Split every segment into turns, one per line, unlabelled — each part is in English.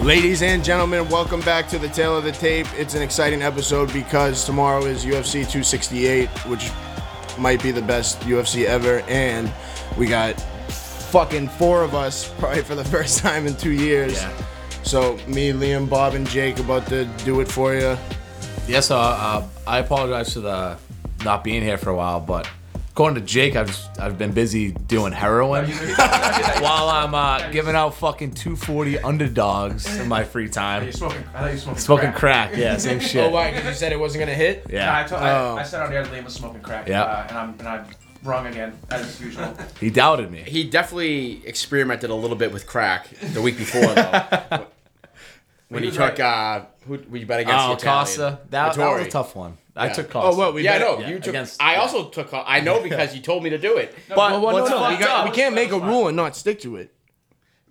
Ladies and gentlemen, welcome back to the Tale of the Tape. It's an exciting episode because tomorrow is UFC 268, which might be the best UFC ever, and we got fucking four of us probably for the first time in two years.
Yeah.
So me, Liam, Bob, and Jake about to do it for you.
Yes, uh, uh, I apologize for the not being here for a while, but according to Jake, I've just, I've been busy doing heroin while I'm uh, giving out fucking 240 underdogs in my free time.
You're smoking. I thought you smoking.
Smoking crack, yeah, same shit.
Oh, why? Because you said it wasn't gonna hit.
Nah, I,
Yeah,
told, I,
Oh.
I said on the other Liam was smoking crack.
Yeah.
Uh, and I'm and I'm wrong again as usual.
he doubted me.
He definitely experimented a little bit with crack the week before, though. when he
was
took uh, who we bet against the
Oh,
Italian.
Costa, that, that was a
Vittori.
tough one. I
Yeah.
took Costa.
Oh, well, we
yeah, I
bet-
know
yeah,
you took.
against-
I
yeah.
also took. uh, I know because you told me to do it.
But
Well,
what's
no,
fucked
we, got,
up?
we can't make a rule and not stick to it.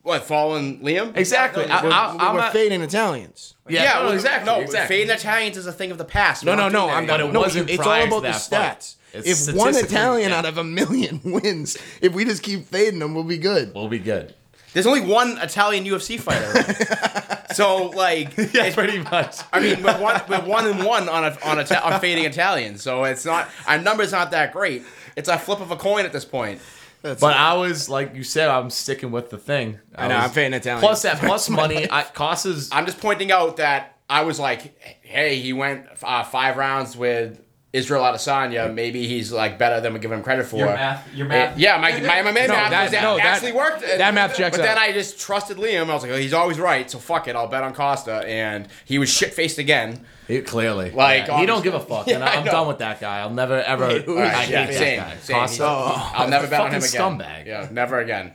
What following Liam?
Exactly. I,
We're,
I, I'm
we're
not,
fading Italians.
yeah,
Yeah,
no,
well,
exactly.
No,
exactly.
fading Italians is a thing of the past.
No, no, no. I'm
But it
no,
wasn't
It's all
prior
about
to
the
that fight.
stats.
It's
if one
statistically-
Italian
yeah.
out of a million wins, if we just keep fading them, we'll be good.
We'll be good.
There's only one Italian UFC fighter. so like,
Yeah, pretty much.
I mean, we're one, we're one and one on a, on, a, on fading Italians. So it's not our number's not that great. It's a flip of a coin at this point.
But I was like you said, I'm sticking with the thing. I,
know,
was-
I'm fading Italian.
Plus that plus money, I, costs is
I'm just pointing out that I was like, hey, he went uh, five rounds with Israel Adesanya. Maybe he's like better than we give him credit for.
Your math- your math-
Uh, yeah, my, my MMA math
that-
was- that
no, that-
actually worked.
that math checks
But then
out.
I just trusted Liam. I was like, oh, he's always right, so fuck it. I'll bet on Costa, and he was shit faced again.
He- clearly
Like,
Yeah, he don't
honestly.
give a fuck.
Yeah,
and
I
I'm
know.
done with that guy. I'll never ever.
who
I
is
hate
that?
that
same,
guy.
same. Oh,
Costa.
Oh.
He- I'll never bet on him
Fucking
again.
scumbag.
Yeah, never again.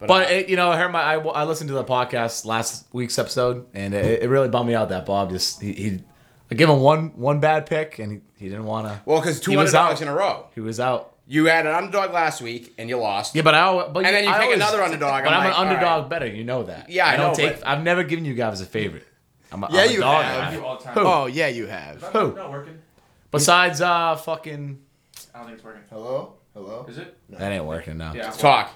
But it, you know, I heard my I, I listened to the podcast last week's episode, and it, it really bummed me out that Bob just he, he I gave him one one bad pick, and he, he didn't want to.
well, because two
He was
underdogs
out.
in a row.
he was out.
You had an underdog last week, and you lost.
Yeah, but I but
And then you
I
pick
always-
another underdog,
But
I'm
I'm,
like,
an
all right.
underdog better. You know that.
Yeah, I
don't
know,
take.
but-
I've never given you guys a favorite. I'm a,
Yeah,
I'm a
you
dog
have.
guy.
You all the time.
Oh yeah, you have.
Who?
Not working.
Besides, uh, fucking.
I don't think it's working.
Hello, hello.
Is it?
That ain't working now.
Yeah.
Talk.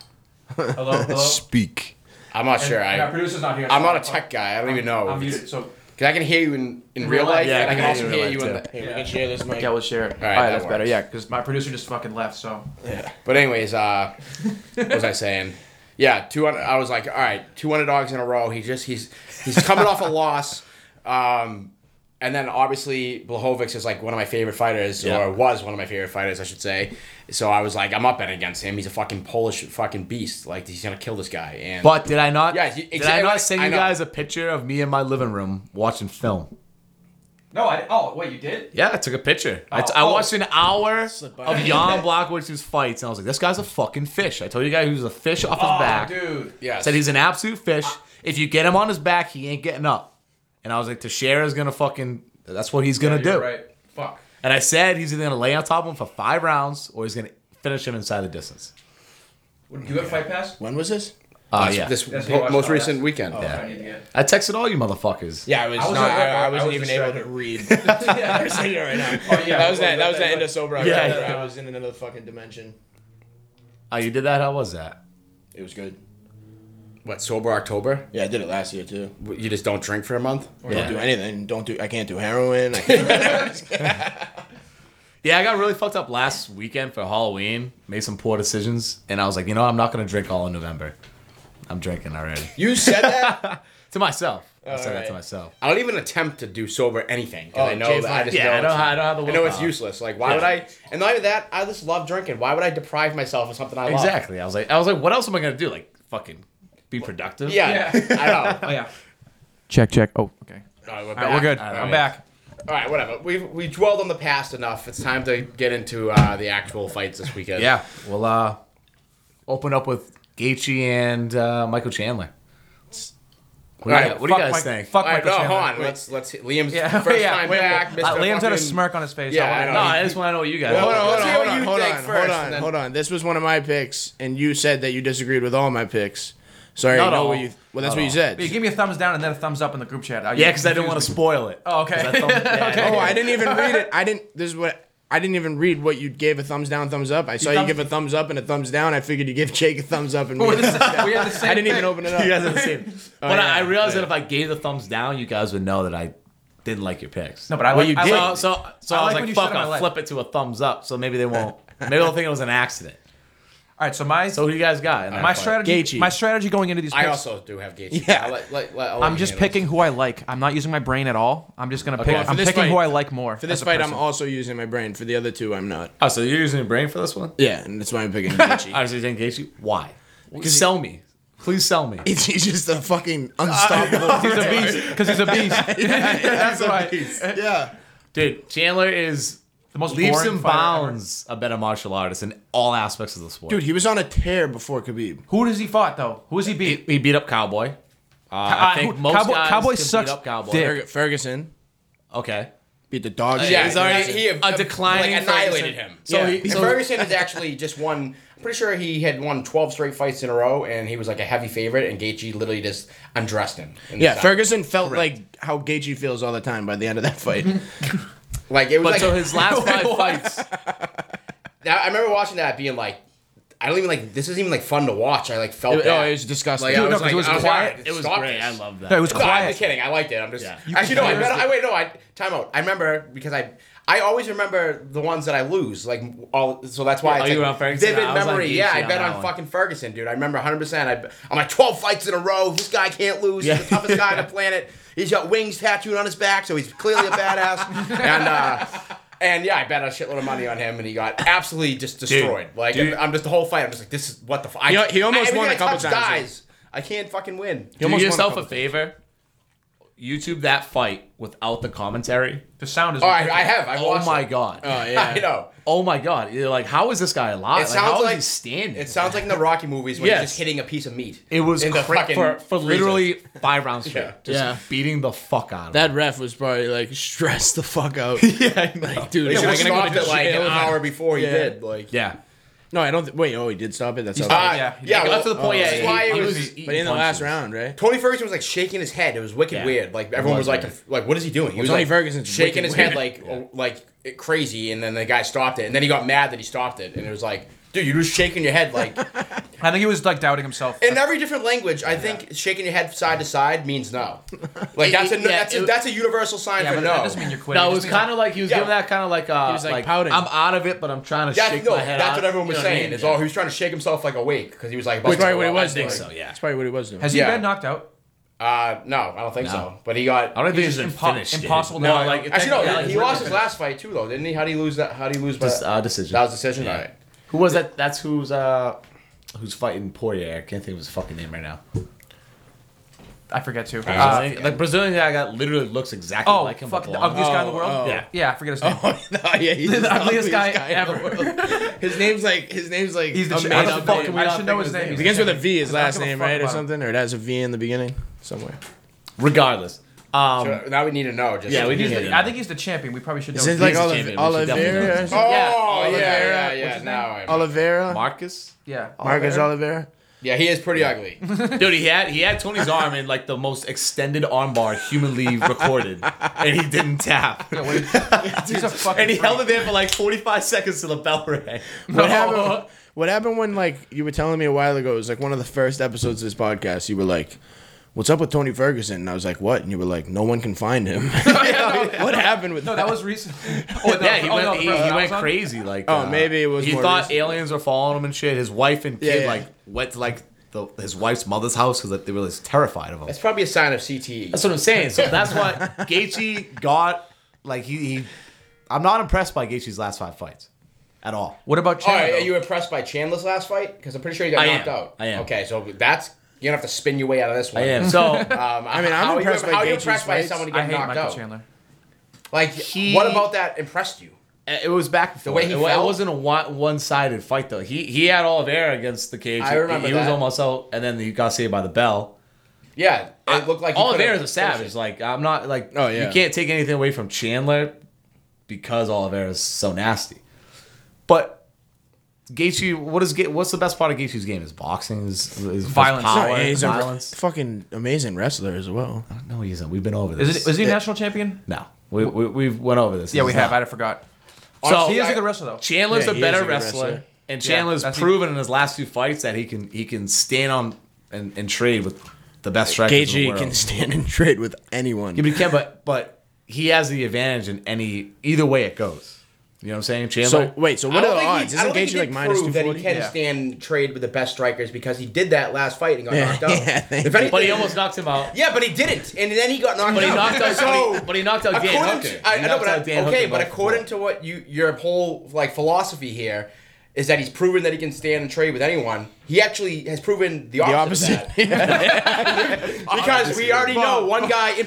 Hello. Hello.
Speak.
I'm not sure.
Yeah,
I,
producer's not here.
I'm
so
not a tech guy. I don't even know.
I'm muted. So
Because I can hear you in, in real
life,
life,
yeah,
and I
I
can
can hear
also
you
hear
in
you
real
in the.
life,
Hey, we can share this mic.
yeah, we'll share it. All
right,
right,
that
that's better.
works.
Yeah, because my producer just fucking left. So
But anyways, uh, what was I saying? Yeah, two. un- I was like, all right, two underdogs in a row. He just he's he's coming off a loss, um, and then obviously Blahovic is like one of my favorite fighters,
Yeah.
or was one of my favorite fighters, I should say. So I was like, I'm up betting against him. He's a fucking Polish fucking beast. Like he's gonna kill this guy. And
But did I not?
Yeah, he-
did I
exactly-
not send
I
you
know.
guys a picture of me in my living room watching film?
no, I oh wait, you did?
Yeah, I took a picture. I, t- I
Oh, oh.
watched an hour
by.
of Jan Blachowicz's fights, and I was like, "This guy's a fucking fish." I told you guys he was a fish off his
Oh,
back.
dude.
yeah,
Said he's an absolute fish. If you get him on his back, he ain't getting up. And I was like, Teixeira's gonna fucking. That's what he's gonna
You're
do.
Right. Fuck.
And I said he's either gonna lay on top of him for five rounds, or he's gonna finish him inside the distance.
Would you have fight pass?
When was this?
Oh
That's-
yeah.
Ah, this
That's
mo-
what I
most
watched
recent
last-
weekend.
Oh, I need to get.
I texted all you motherfuckers.
Yeah, I was.
I was
not,
at work.
I, I
I
wasn't
was
even
distracted.
able to read. I'm sitting here right now.
Oh, yeah,
that was
well,
that. That was
that-
that
that-
end of sober. I
Yeah,
was-
yeah.
I was in another fucking dimension.
Oh, you did that? How was that?
It was good.
What sober October?
Yeah, I did it last year too.
You just don't drink for a month.
Yeah.
Don't do anything. Don't do. I can't do heroin. I can't,
Yeah, I got really fucked up last weekend for Halloween. Made some poor decisions, and I was like, you know, I'm not gonna drink all in November. I'm drinking already
you said that.
to myself.
Oh,
I said that
Alright.
to myself.
I don't even attempt to do sober anything. 'cause
Oh,
I know
Jay's
that I
like,
just
Yeah,
know
I don't,
it's-
I don't have the.
I know it's
willpower.
useless. Like, why would I? And not only that, I just love drinking. Why would I deprive myself of something I love?
Exactly. I was like, I was like, what else am I gonna do? Like, fucking be productive.
Yeah,
Yeah.
I know.
Oh yeah. Check check. Oh okay.
No,
All right, we're good.
All
I'm
right.
back.
All right, whatever. We we dwelled on the past enough. It's time to get into uh, the actual fights this weekend.
Yeah. We'll uh, open up with Gaethje and uh, Michael Chandler. What, do, you,
Alright,
what do you
fuck
guys
Mike-
think?
fuck
All right,
Michael
no,
Chandler.
hold on.
Wait.
Let's let's hit Liam's
Yeah,
first
yeah,
time
wait,
back.
wait.
Mr.
Uh, Liam's had a
fucking-
smirk on his face.
Yeah,
I wanna
I
No,
know.
I just want to know what you guys.
Hold on,
think.
hold
Let's
on,
hear
hold
what
on,
you
hold
think
on,
first,
hold on,
and then-
hold
This was one of my picks, and you said that you disagreed with all my picks. So I already
Not
know
all.
what you. Well, that's what
Not
you
all.
said.
But you give me a thumbs down and then a thumbs up in the group chat.
Yeah, because I didn't want to spoil it.
Oh, okay.
Is that something- yeah,
Okay.
Oh, I didn't even read it. I didn't. This is what
I didn't even read what you gave a thumbs down, thumbs up. I saw you
thumbs-
give a thumbs up and a thumbs down. I figured you give Jake a thumbs up and me.
We're
a
the
thumbs down.
same- we had the same
I didn't even
thing.
open it up.
guys are the same.
Oh,
but I, I realized that if I gave the thumbs down, you guys would know that I didn't like your picks.
No, but I like
Well, you
I
did.
So,
like-
so, so
I
I,
like
was
when
like,
you
fuck,
shit on my
I'll
leg."
flip it to a thumbs up. So maybe they won't. Maybe they'll think it was an accident.
All right, so my
So who you guys got? in that
my
fight?
strategy
Gaethje.
my strategy going into these
I
picks,
also do have Gaethje.
Yeah.
I'll let- let- let- I'll let
I'm
you
just
handle
picking who I like. I'm not using my brain at all. I'm just gonna
Okay,
pick.
for
I'm
this
picking
fight-
who I like more.
For this
as a
fight, I'm
person.
also using my brain. For the other two, I'm not.
Oh, so you're using your brain for this one?
Yeah, and that's why I'm picking Gaethje.
Obviously, Dan Gaethje. Why? sell me. Please sell me.
He's he's just a fucking unstoppable.
He's a beast because he's a beast. That's why
yeah.
Dude, Chandler is
the most
leaps
boring
and
fighter ever.
bounds a better martial artist in all aspects of the sport.
Dude, he was on a tear before Khabib.
Who does he fought though? Who does he beat?
he, he beat up Cowboy. Uh,
uh,
I think
who-
most
Cowboy-
guys
Cowboy
can
sucks
beat up Cowboy.
dick.
Ferg- Ferguson
Okay.
beat the dog.
it.
shit
Yeah,
out
he's
of
already-
Ferguson.
he,
a declining
like, annihilated
Ferguson.
him. So,
So
yeah.
he-
And
so-
Ferguson has actually just won. I'm pretty sure he had won 12 straight fights in a row, and he was like a heavy favorite. And Gaethje literally just undressed him. in the
Yeah,
side.
Ferguson felt like how Gaethje feels all the time by the end of that fight.
Like it was.
But
like,
so his last five fights,
That, I remember watching that, being like, I don't even like. This isn't even like fun to watch. I like felt.
It-
bad.
oh, it was disgusting.
Like,
Dude,
I
no,
was
'cause
like,
it was
I was
quiet.
like,
it was
stop
great.
this.
I love that.
No, it was
No, I'm
quiet.
just kidding. I liked it. I'm just
Yeah.
actually no. I
confused
bet. I wait. No, I time out. I remember because I I always remember the ones that I lose. Like all. So that's why.
Oh,
it's
you
like
were on Ferguson?
Vivid
I was on
memory.
Gaethje
yeah, I
on
bet
that
on
one.
fucking Ferguson, dude. I remember 100. percent I I'm like 12 fights in a row. This guy can't lose. He's the toughest guy on the planet. He's got wings tattooed on his back, so he's clearly a badass. and. uh and yeah, I bet a shitload of money on him, and he got absolutely just destroyed. like I'm just the whole fight. I'm just like, this is what the. F- I,
He- he almost
everything
won a
I
couple
touch
times, yeah.
Dies. I can't fucking win.
He
do
almost won a
yourself
couple
a
times.
favor. YouTube that fight without the commentary.
The sound is.
All right, I have. I've
Oh
watched
my
it.
god.
Oh, yeah.
I know.
oh my god. You're like, how is this guy alive?
It
like, how
sounds
is
like
he standing?
It sounds like in the Rocky movies when
Yes.
he's just hitting a piece of meat.
It was
in the
cra-
fucking
for, for
freezer.
literally five rounds straight.
Yeah.
Just
Yeah.
beating the fuck out of him.
That ref was probably like stressed the fuck out.
yeah, I know.
Like, dude,
They
am
should
I
have
gonna go
stopped
to
it like an
jail?
hour before he
Yeah.
did. Like
yeah.
No, I don't. Th- wait, oh, he did stop it. That's all.
Ah,
Yeah, he
yeah.
It
well,
got to the point. Yeah,
that's why it
he
was.
just eating
but in the last
punches.
round, right?
Tony Ferguson was like shaking his head. It was wicked
Yeah.
weird. Like everyone was,
was
like,
weird.
conf- like what is he doing? He was
Tony
like,
Ferguson's
shaking
wicked
his head like oh, like it- crazy, and then the guy stopped it, and then he got mad that he stopped it, and it was like, dude, you're just shaking your head like
I think he was like doubting himself.
in every different language. I think shaking your head side to side means no. Like that's a
Yeah,
that's a,
it-
that's a universal sign
yeah,
for
but
no.
that doesn't mean you're quitting.
No, it
It
was
just means-
kind of like he was
Yeah.
giving that kind of like uh,
was, like,
like,
pouting.
I'm out of it, but I'm trying to
That's,
shake
no,
my head.
that's
out.
what everyone was
You know I
saying.
mean?
Is all he was trying to shake himself like awake because he was like. About
That's
to
probably what
go
he
out.
was
think
doing.
so, yeah.
that's probably what he was doing.
Has he
Yeah.
been knocked out?
Uh, no, I don't think so. But he got.
I don't think
He's
he's been
just impo-
finished. dude.
impossible to
No,
knock
like
out.
if
Actually, no.
that- yeah,
he,
he's
he
really
lost his
finished.
last fight too, though, didn't he? How do you lose that? How do you lose? by-
Just, uh, decision.
That was decision.
Yeah.
All right.
Who was that? That's who's uh, who's fighting Poirier. I can't think of his fucking name right now.
I forget too. Uh,
Brazilian, like Brazilian guy got literally looks exactly
oh,
like him.
fuck
but
the
blonde.
ugliest guy in the
Oh,
world.
oh.
Yeah, yeah, I forget his name.
Oh, no, yeah, he's
The
the
ugliest guy
in
ever.
the world. His name's like his name's like
He's the
a
ch-
made
how the
up
fuck
name.
do we I not should know think his of his name. name?
It begins with a V, his
I don't
last
give a
name,
fuck
right, or
about him.
something, or it has a V in the beginning somewhere.
Regardless, um,
So now we need to know. Just
Yeah, we
He's
Yeah,
the-
yeah.
I think he's the champion. We probably should know.
Is
his
it
name.
like
a
Olive-
champion, we should definitely
Oliveira?
know his
Oh
Oh,
yeah,
Oliveira,
yeah, yeah.
what's
yeah. Now, I-
Oliveira,
Marcus.
Yeah.
Marcus Oliveira.
yeah, he is pretty ugly.
Dude, he had he had Tony's arm in like the most extended armbar humanly recorded, and he didn't tap.
Yeah, what is- He's a fucking.
And he
freak.
held it there for like 45 seconds to the bell rang.
What
Oh.
happened? What happened when like you were telling me a while ago? It was like one of the first episodes of this podcast. You were like, "What's up with Tony Ferguson?" And I was like, "What?" And you were like, "No one can find him." what happened with
No,
that?
that was recent. Oh,
yeah, he
oh,
went,
no, the
he,
first
he
one I
went
was on?
crazy. Like, uh,
Oh, maybe it was
He
more
thought
recent.
aliens were following him and shit. His wife and
Yeah,
kid
yeah.
like went to like the, his wife's mother's house because like, they were just terrified of him.
It's probably a sign of E. CTE.
That's what I'm saying. So that's why Gaethje got like he, he. I'm not impressed by Gaethje's last five fights, at all.
What about
All right,
Chandler?
are you impressed by Chandler's last fight? Because I'm pretty sure he got
I
knocked
am.
out.
I am.
Okay, so that's you're gonna have to spin your way out of this one.
So
Um, I
mean, I'm
how are
impressed
you,
by
how are you
Gaethje's
impressed by
fights.
someone
I
getting
hate
knocked
Michael
out.
Chandler.
Like,
He-
what about that impressed you?
it was back and
The way
forth.
he
it, wa- it
felt?
wasn't a one one sided fight though. He he had Oliveira against the cage.
I remember
he, he was
that.
almost out, and then he got saved by the bell.
Yeah, it looked like he
Oliveira's
could've
a savage.
finished
Like I'm not like
Oh, yeah.
you can't take anything away from Chandler because Oliveira's so nasty. But Gaethje, what is Ga- what's the best part of Gaethje's game? Is boxing? Is, is
Violence.
Power,
No, he's a
violence.
fucking amazing wrestler as well.
No, he isn't. We've been over this.
Is, it, is he a national champion?
no, we we we've went over this.
Yeah,
This
we
is
have.
not-
I'd have forgot.
So
He is a good wrestler, though.
Chandler's
Yeah,
a
he
better
is a good
wrestler,
wrestler.
and
Yeah,
Chandler's
that's-
proven in his last two fights that he can he can stand on and, and trade with the best strikers in the
KG
world.
can stand and trade with anyone.
Yeah, but he can, but but he has the advantage in any either way it goes. You know what I'm saying, Chandler?
so wait, so
I
what
don't
are the
think he-
odds?
I don't
Isn't
think
KG
he
like
did
minus two
prove that he
forty?
can
Yeah.
stand trade with the best strikers because he did that last fight and got
Yeah,
knocked out.
yeah, thank
if anything,
but he almost knocked him out.
Yeah, but he didn't, and then he got knocked
But he
out.
knocked out.
so,
but, he, but he knocked out Dan
according
Hooker.
to, I, I
He
know,
knocked
but I-
out Dan
okay,
Hooker
but
multiple
according to what you your whole like philosophy here is that he's proven that he can stand and trade with anyone. He actually has proven the opposite.
opposite.
Of that. because we already know one guy in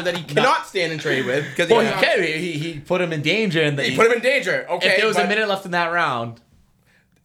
that he cannot stand and trade with because
Well, he can. He, he he put him in danger, and
He put him in danger. Okay,
If there was a
but
minute left in that round,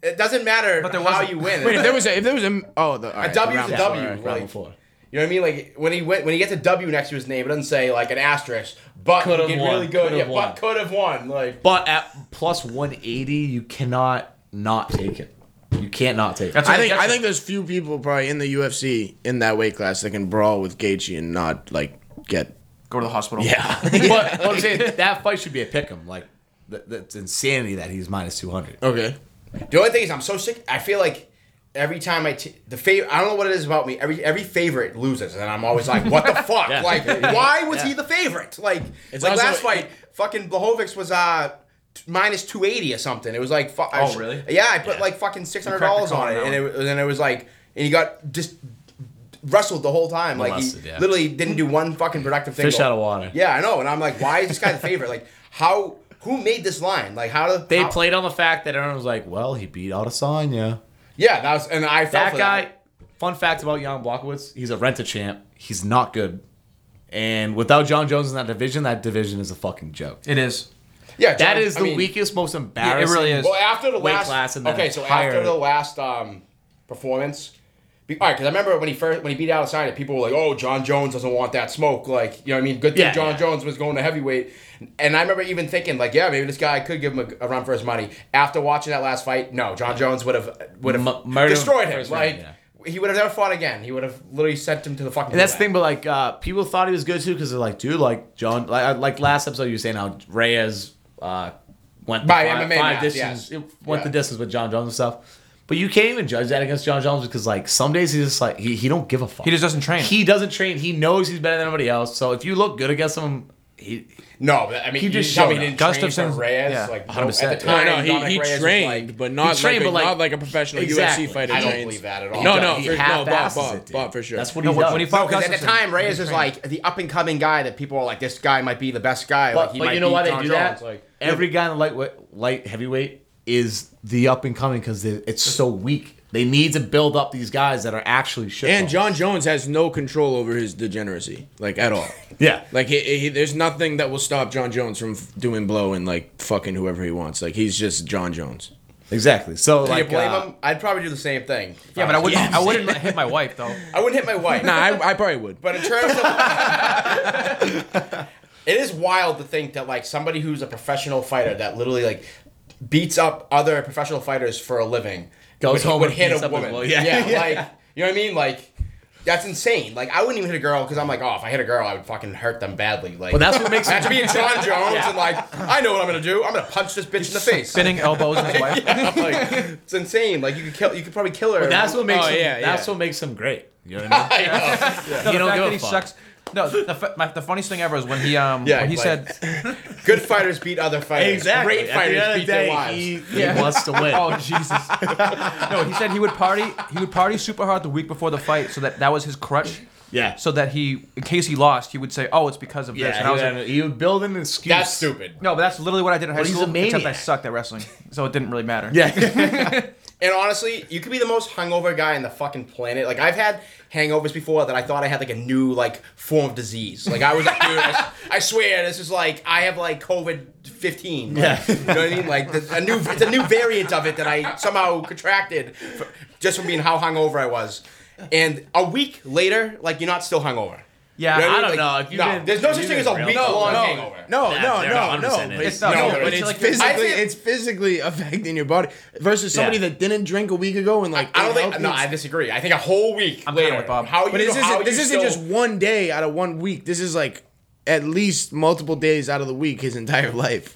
It doesn't matter
there
how
wasn't.
you win.
Wait, if there was a, if there was a oh the all right,
W
the round
is
before.
W.
All right, round
like-
before.
You know what I mean? Like when he went, when he gets a W next to his name, it doesn't say like an asterisk, but
Could've
he did
won,
really good.
could've
Yeah,
won.
but could have won. Like
But at plus 180, you cannot not take it. You can't not take it.
That's what
I think
gets
I
him.
think there's few people probably in the UFC in that weight class that can brawl with Gaethje and not like get
Go to the hospital.
yeah.
But what I'm saying, that fight should be a pick 'em. Like th- that's insanity that he's minus 200.
okay.
the only thing is, I'm so sick. I feel like every time I t- the favorite, I don't know what it is about me. Every every favorite loses, and I'm always like, what the fuck?
Yeah.
Like why was
Yeah.
he the favorite? Like
It's
like
also-
last fight, fucking Blahovic was uh. t- Minus two eighty or something. It was like fu- I
Oh,
sh-
really?
Yeah, I put like fucking six hundred dollars on
cracked
it,
the
and it
code
was- and it was like, and he got just wrestled the whole time. Like
Molested,
he
yeah.
literally didn't do one fucking productive thing.
Fish
the-
out of water.
Yeah, I know, and I'm like, why is this guy the favorite? Like, how? Who made this line? Like, how do
They
how-
played on the fact that everyone was like, well, he beat Adesanya.
Yeah, that was, and I felt
That
for
guy, fun fact about Jan Blokowicz, he's a renter champ. He's not good. And without John Jones in that division, that division is a fucking joke.
It is.
Yeah,
That
John-
is
I
the
mean,
weakest, most embarrassing.
is.
Well, after the
weight
last
class and then
okay, so
higher-
after the last um performance, be, all right, because I remember when he first when he beat Adesanya, people were like, "Oh, John Jones doesn't want that smoke." Like, you know, what I mean, good thing
Yeah,
John
yeah.
Jones was going to heavyweight, and I remember even thinking like, "Yeah, maybe this guy could give him a, a run for his money." After watching that last fight, no, John Jones would have would have
M- murdered him
destroyed him.
first round,
Like, he would have never fought again. He would have literally sent him to the fucking.
And that's the
gulag.
thing, but like uh, people thought he was good too because they're like, dude, like John, like, like last episode you were saying how Reyes uh, went the
By
five,
MMA
five
math,
distance,
yes.
it went the
Yeah.
distance with John Jones and stuff. But you can't even judge that against John Jones because like some days he's just like he, he don't give a fuck.
He just doesn't train.
He doesn't train. He knows he's better than everybody else. So if you look good against him, he
No, but I mean,
He
he
just
just I
showed
mean,
up.
didn't
Gustafson's-
train for Reyes.
yeah,
Like, no, at
100%.
the
No,
time,
no,
Dominic Reyes was like-
but not
trained, but, like-
a professional
Exactly.
I don't believe that at all.
No,
he-
no,
he
for- no, Bob,
half-asses
Bob,
it, dude.
Bob, for sure.
That's what
No,
he
when-
does.
when he
No,
fought
because at the
Gustafson,
time,
he
Reyes was
trained.
like the up and coming guy that people are like, this guy might be the best guy.
But,
like, he
but
might
you know
beat
why they
John
do
Jones.
that?
Like,
Every guy in the lightweight, light heavyweight is the up and coming because it's so weak. They need to build up these guys that are actually shit.
And
balls.
John Jones has no control over his degeneracy, like at all.
yeah,
Like he, he, there's nothing that will stop John Jones from f- doing blow and like fucking whoever he wants. Like he's just John Jones.
exactly. So
do
like,
you blame
uh,
him? I'd probably do the same thing.
Yeah, but I wouldn't. I wouldn't hit my wife though.
I wouldn't hit my wife.
Nah, I, I probably would.
But in terms of, it is wild to think that like somebody who's a professional fighter that literally like beats up other professional fighters for a living
Goes
would,
home
would
and
hit
beats
a
up his
woman.
wife.
Yeah,
Yeah.
like you know what I mean. Like that's insane. Like I wouldn't even hit a girl because I'm like, oh, if I hit a girl, I would fucking hurt them badly. Like
well, that's what makes
Imagine
him.
being John Jones and like, I know what I'm gonna do. I'm gonna punch this bitch in the face.
Spinning elbows in his wife.
Like, it's insane. Like you could kill, you could probably kill her.
That's what makes
Oh,
him.
yeah,
That's
yeah.
what makes him great. You know what I mean?
I know.
No,
You
the
don't
fact
give
that
a
he
fuck.
sucks. No, the, fa- my, the funniest thing ever is when he um
Yeah,
when he
like-
said
Good fighters beat other fighters.
At
Great
the
fighters
end of the
beat their
day,
wives.
He, he wants to win.
oh Jesus no he said he would party he would party super hard the week before the fight so that that was his crutch
yeah.
so that he in case he lost he would say oh it's because of this
yeah,
and I
he
was
would,
like,
he would build an excuse.
That's stupid.
no but that's literally what I did in high
But he's a
school except I
maniac.
sucked at wrestling so it didn't really matter
Yeah.
And honestly, you could be the most hungover guy in the fucking planet. Like I've had hangovers before that I thought I had like a new like form of disease. Like I was like, dude, I, s- I swear this is like I have like COVID fifteen. Like,
Yeah.
you know what I mean? Like the, a new, it's a new variant of it that I somehow contracted for, just from being how hungover I was. And a week later, like you're not still hungover.
Yeah,
You what
I
mean?
don't know. If you've
no,
been-
there's no
if
such
you've
thing as
been
a
real-
week long hangover.
No,
Nah,
no,
they're
no,
not
no.
100%
But
it.
it's,
No,
no,
but
but
it's
it's
like-
physically,
I feel-
it's physically affecting your body versus somebody
Yeah.
that didn't drink a week ago and like.
I don't
ate
think.
healthy
No,
and
I disagree. I think a whole week
I'm kinda
later.
with Bob.
How you
But
know,
this
how
isn't this
you
isn't
still-
just one day out of one week. This is like at least multiple days out of the week, his entire life.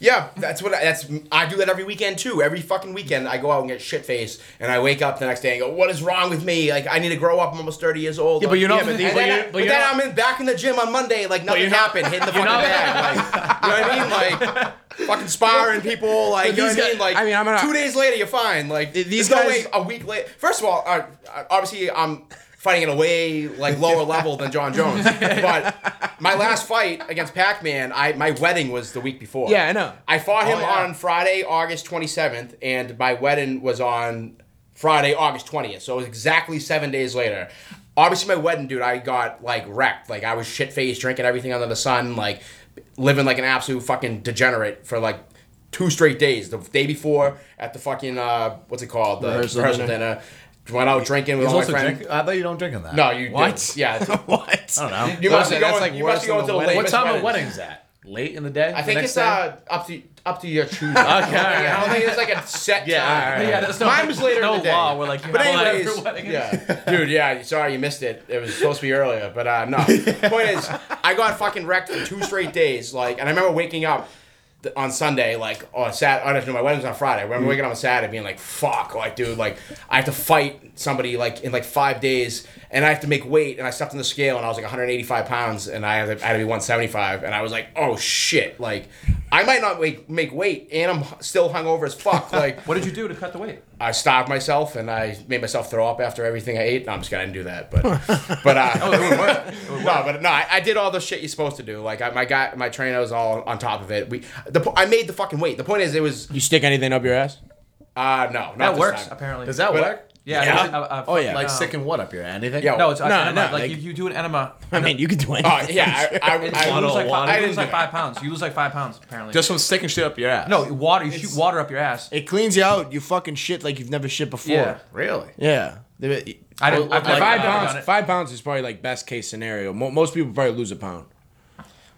Yeah, that's what I, that's I do that every weekend too. Every fucking weekend I go out and get shit faced and I wake up the next day and go, "What is wrong with me? Like I need to grow up. I'm almost 30 years old."
Yeah, but you're not-
Yeah, but,
but
then,
you're-
I-
but
but
you're
then
not-
I'm in, back in the gym on Monday like nothing
you're not-
happened, hitting the fucking
not-
bag. Like, you know what I mean? Like fucking sparring people like you know
these
what I
guys-
mean? Like
I mean, I'm not-
2 days later you're fine. Like
these
there's no
guys-
way a week later. First of all, uh, obviously I'm fighting at a way like lower level than John Jones. But my last fight against Pac-Man, I my wedding was the week before.
Yeah, I know.
I fought him
Oh, yeah.
on Friday, August 27th, and my wedding was on Friday, August 20th. So it was exactly seven days later. Obviously, my wedding, dude, I got like wrecked. Like I was shit faced, drinking everything under the sun, like living like an absolute fucking degenerate for like two straight days. The day before at the fucking uh, what's it called? The
Rehearsal
rehearsal, dinner. Went out drinking with
There's
all my
also
friends.
drink. I thought you don't drink on that.
No, you
what?
didn't. Yeah, it's-
what?
I don't know.
you must be
That's
going.
like
you
worse
must be
than the
going to the
wedding.
late.
what time are weddings at? Late in the day?
I think it's uh, up to up to your choosing.
Okay, all
I
right.
don't think it's like a set
Yeah,
time.
all right.
Yeah, there's no,
Mine was later
no
in the day.
law. We're like, you
But
have to
anyways,
have your wedding.
yeah, dude, yeah. Sorry, you missed it. It was supposed to be earlier, but uh, no. Point is, I got fucking wrecked for two straight days. Like, and I remember waking up th- on Sunday, like on Sat. I don't know. My wedding was on Friday. I remember waking up on Saturday, being like, "Fuck!" Like, dude, like I have to fight somebody like in like five days, and I have to make weight. And I stepped on the scale, and I was like 185 pounds, and I had to, I had to be 175, and I was like, "Oh shit!" Like, I might not make make weight, and I'm h- still hungover as fuck. Like.
What did you do to cut the weight?
I starved myself and I made myself throw up after everything I ate. No, I'm just kidding. I didn't do that, but but uh, no, but no, I, I did all the shit you're supposed to do. Like I, my guy, my trainer was all on top of it. We the po- I made the fucking weight. The point is, it was
You stick anything up your ass?
uh no, not
That
this
works
time.
apparently.
Does that
But-
work?
Yeah.
Yeah.
I- uh, I- I-
Oh, yeah.
Like
no.
sticking what up your anything?
Yeah,
No, it's
No,
no,
no,
Like
like-
if you do an enema,
I mean, you can do anything.
Uh, yeah, I, I,
you
I,
lose like,
water.
five,
I
you lose like
didn't-
five pounds. You lose like five pounds apparently.
Just from sticking shit up your ass.
no water. You shoot water up your ass.
It cleans you out. You fucking shit like you've never shit before.
Yeah.
Really?
Yeah. The-
I didn't.
Well, like,
I've
five
never- I've never done it.
pounds. Five pounds is probably like best case scenario. Mo- most people probably lose a pound.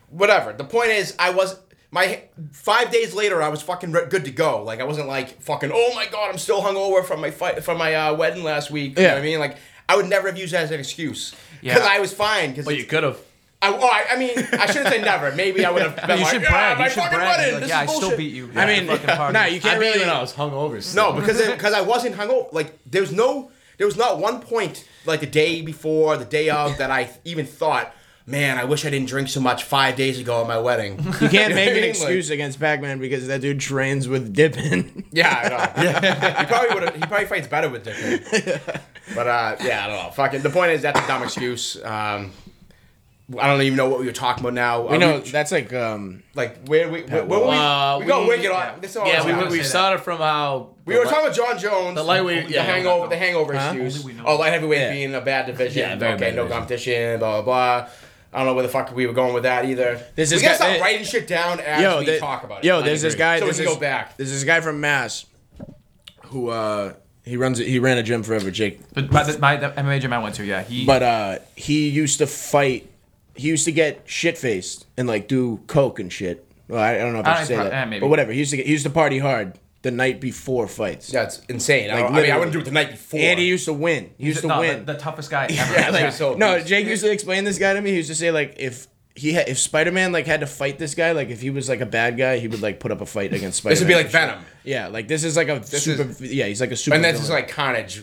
whatever. The point is, I was my five days later, I was fucking re- good to go. Like I wasn't like fucking. Oh my god, I'm still hungover from my fight from my uh, wedding last week. You know
Yeah.
what I mean, like I would never have used that as an excuse because
Yeah.
I was fine. Because
But you could have.
I, oh, I, I mean, I shouldn't say never. Maybe I would have been
You
like,
should
yeah,
brag.
my
You should
fucking
brag.
wedding.
Like,
this
yeah, I
is
still
bullshit.
beat you.
I mean, nah, you
I
can't
beat
really.
you when I was hungover.
No,
still.
because because I wasn't hungover. Like there was no, there was not one point like the day before, the day of that I even thought, man, I wish I didn't drink so much five days ago at my wedding.
You can't make
You
an
know what I mean?
excuse against Pac-Man because that dude trains with Dippin.
Yeah, I know. he probably would have. He probably fights better with Dick. But uh, yeah, I don't know. Fucking. The point is that's a dumb excuse. Um, I don't even know what we were talking about now.
you
Are
know,
we-
that's like um.
like where we where, where we,
Uh,
we, got
we-
wicked
yeah.
on. This is all
Yeah,
I was
we,
gonna
we
say.
started from how.
We were talking about John Jones, the
lightweight-
the
yeah,
hangover, the hangover
Only
issues.
we know
Oh, light heavyweight
Yeah.
being a bad division.
Yeah, very
okay,
bad
no
division.
competition. Blah blah blah. I don't know where the fuck we were going with that either.
This
we
is
gotta
got-
stop
eh,
writing shit down as
yo,
we
the-
talk about it.
yo, there's
I
this
agree.
guy.
So we
this
can
is,
go back.
There's this guy from Mass, who uh he runs he ran a gym forever, Jake.
But by the, my the MMA gym I went to, yeah, he.
But uh he used to fight. He used to get shit faced and like do coke and shit. Well, I, I don't know if I,
I
should say
pro-
that,
eh, maybe.
but whatever. He used to get, he used to party hard the night before fights.
That's insane. I,
Like,
don't- I mean, I
literally.
wouldn't do it the night before.
And he used to win. He used to
no,
win.
The, the toughest guy ever.
Yeah, like,
Yeah.
so
no, Jake used to explain this guy to me. He used to say like if he had, if Spider Man like had to fight this guy, like if he was like a bad guy, he would like put up a fight against Spider Man.
this would be like Venom,
yeah, like this is like a super. yeah, he's like a super.
and this is
villain.
like Carnage.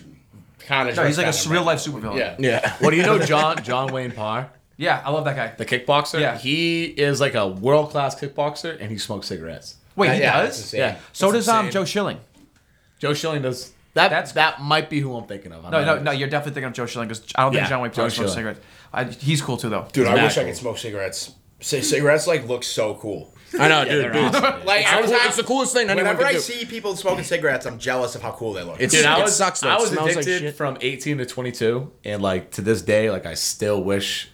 Carnage.
no, he's like
versus
a real
Venom.
life supervillain.
Yeah.
yeah.
Well, do you know John John Wayne Parr,
yeah, I love that guy.
the kickboxer?
Yeah.
He is like a world class kickboxer, and he smokes cigarettes.
Wait, he
yeah, that's
does.
insane.
Yeah.
So
That's
does um
insane.
Joe Schilling.
Joe Schilling does. That
That's-
that might be who I'm thinking of. I'm
No,
not-
no, no. You're definitely thinking of Joe Schilling because I don't
Yeah,
think John Wayne
Joe
Parr smokes
Schilling.
cigarettes. I, he's cool too, though.
Dude, I wish I
magical.
could smoke cigarettes. C- cigarettes like look so cool.
I know, dude.
they're
dude.
awesome.
Like I was
cool-
ha-
it's the coolest thing anyone
Whenever
could
I
do.
see people smoking cigarettes, I'm jealous of how cool they look.
It's-
Dude, I
It
was
sucks, though.
I
It
was
smells like
addicted
shit.
from 18 to 22, and like to this day, like I still wish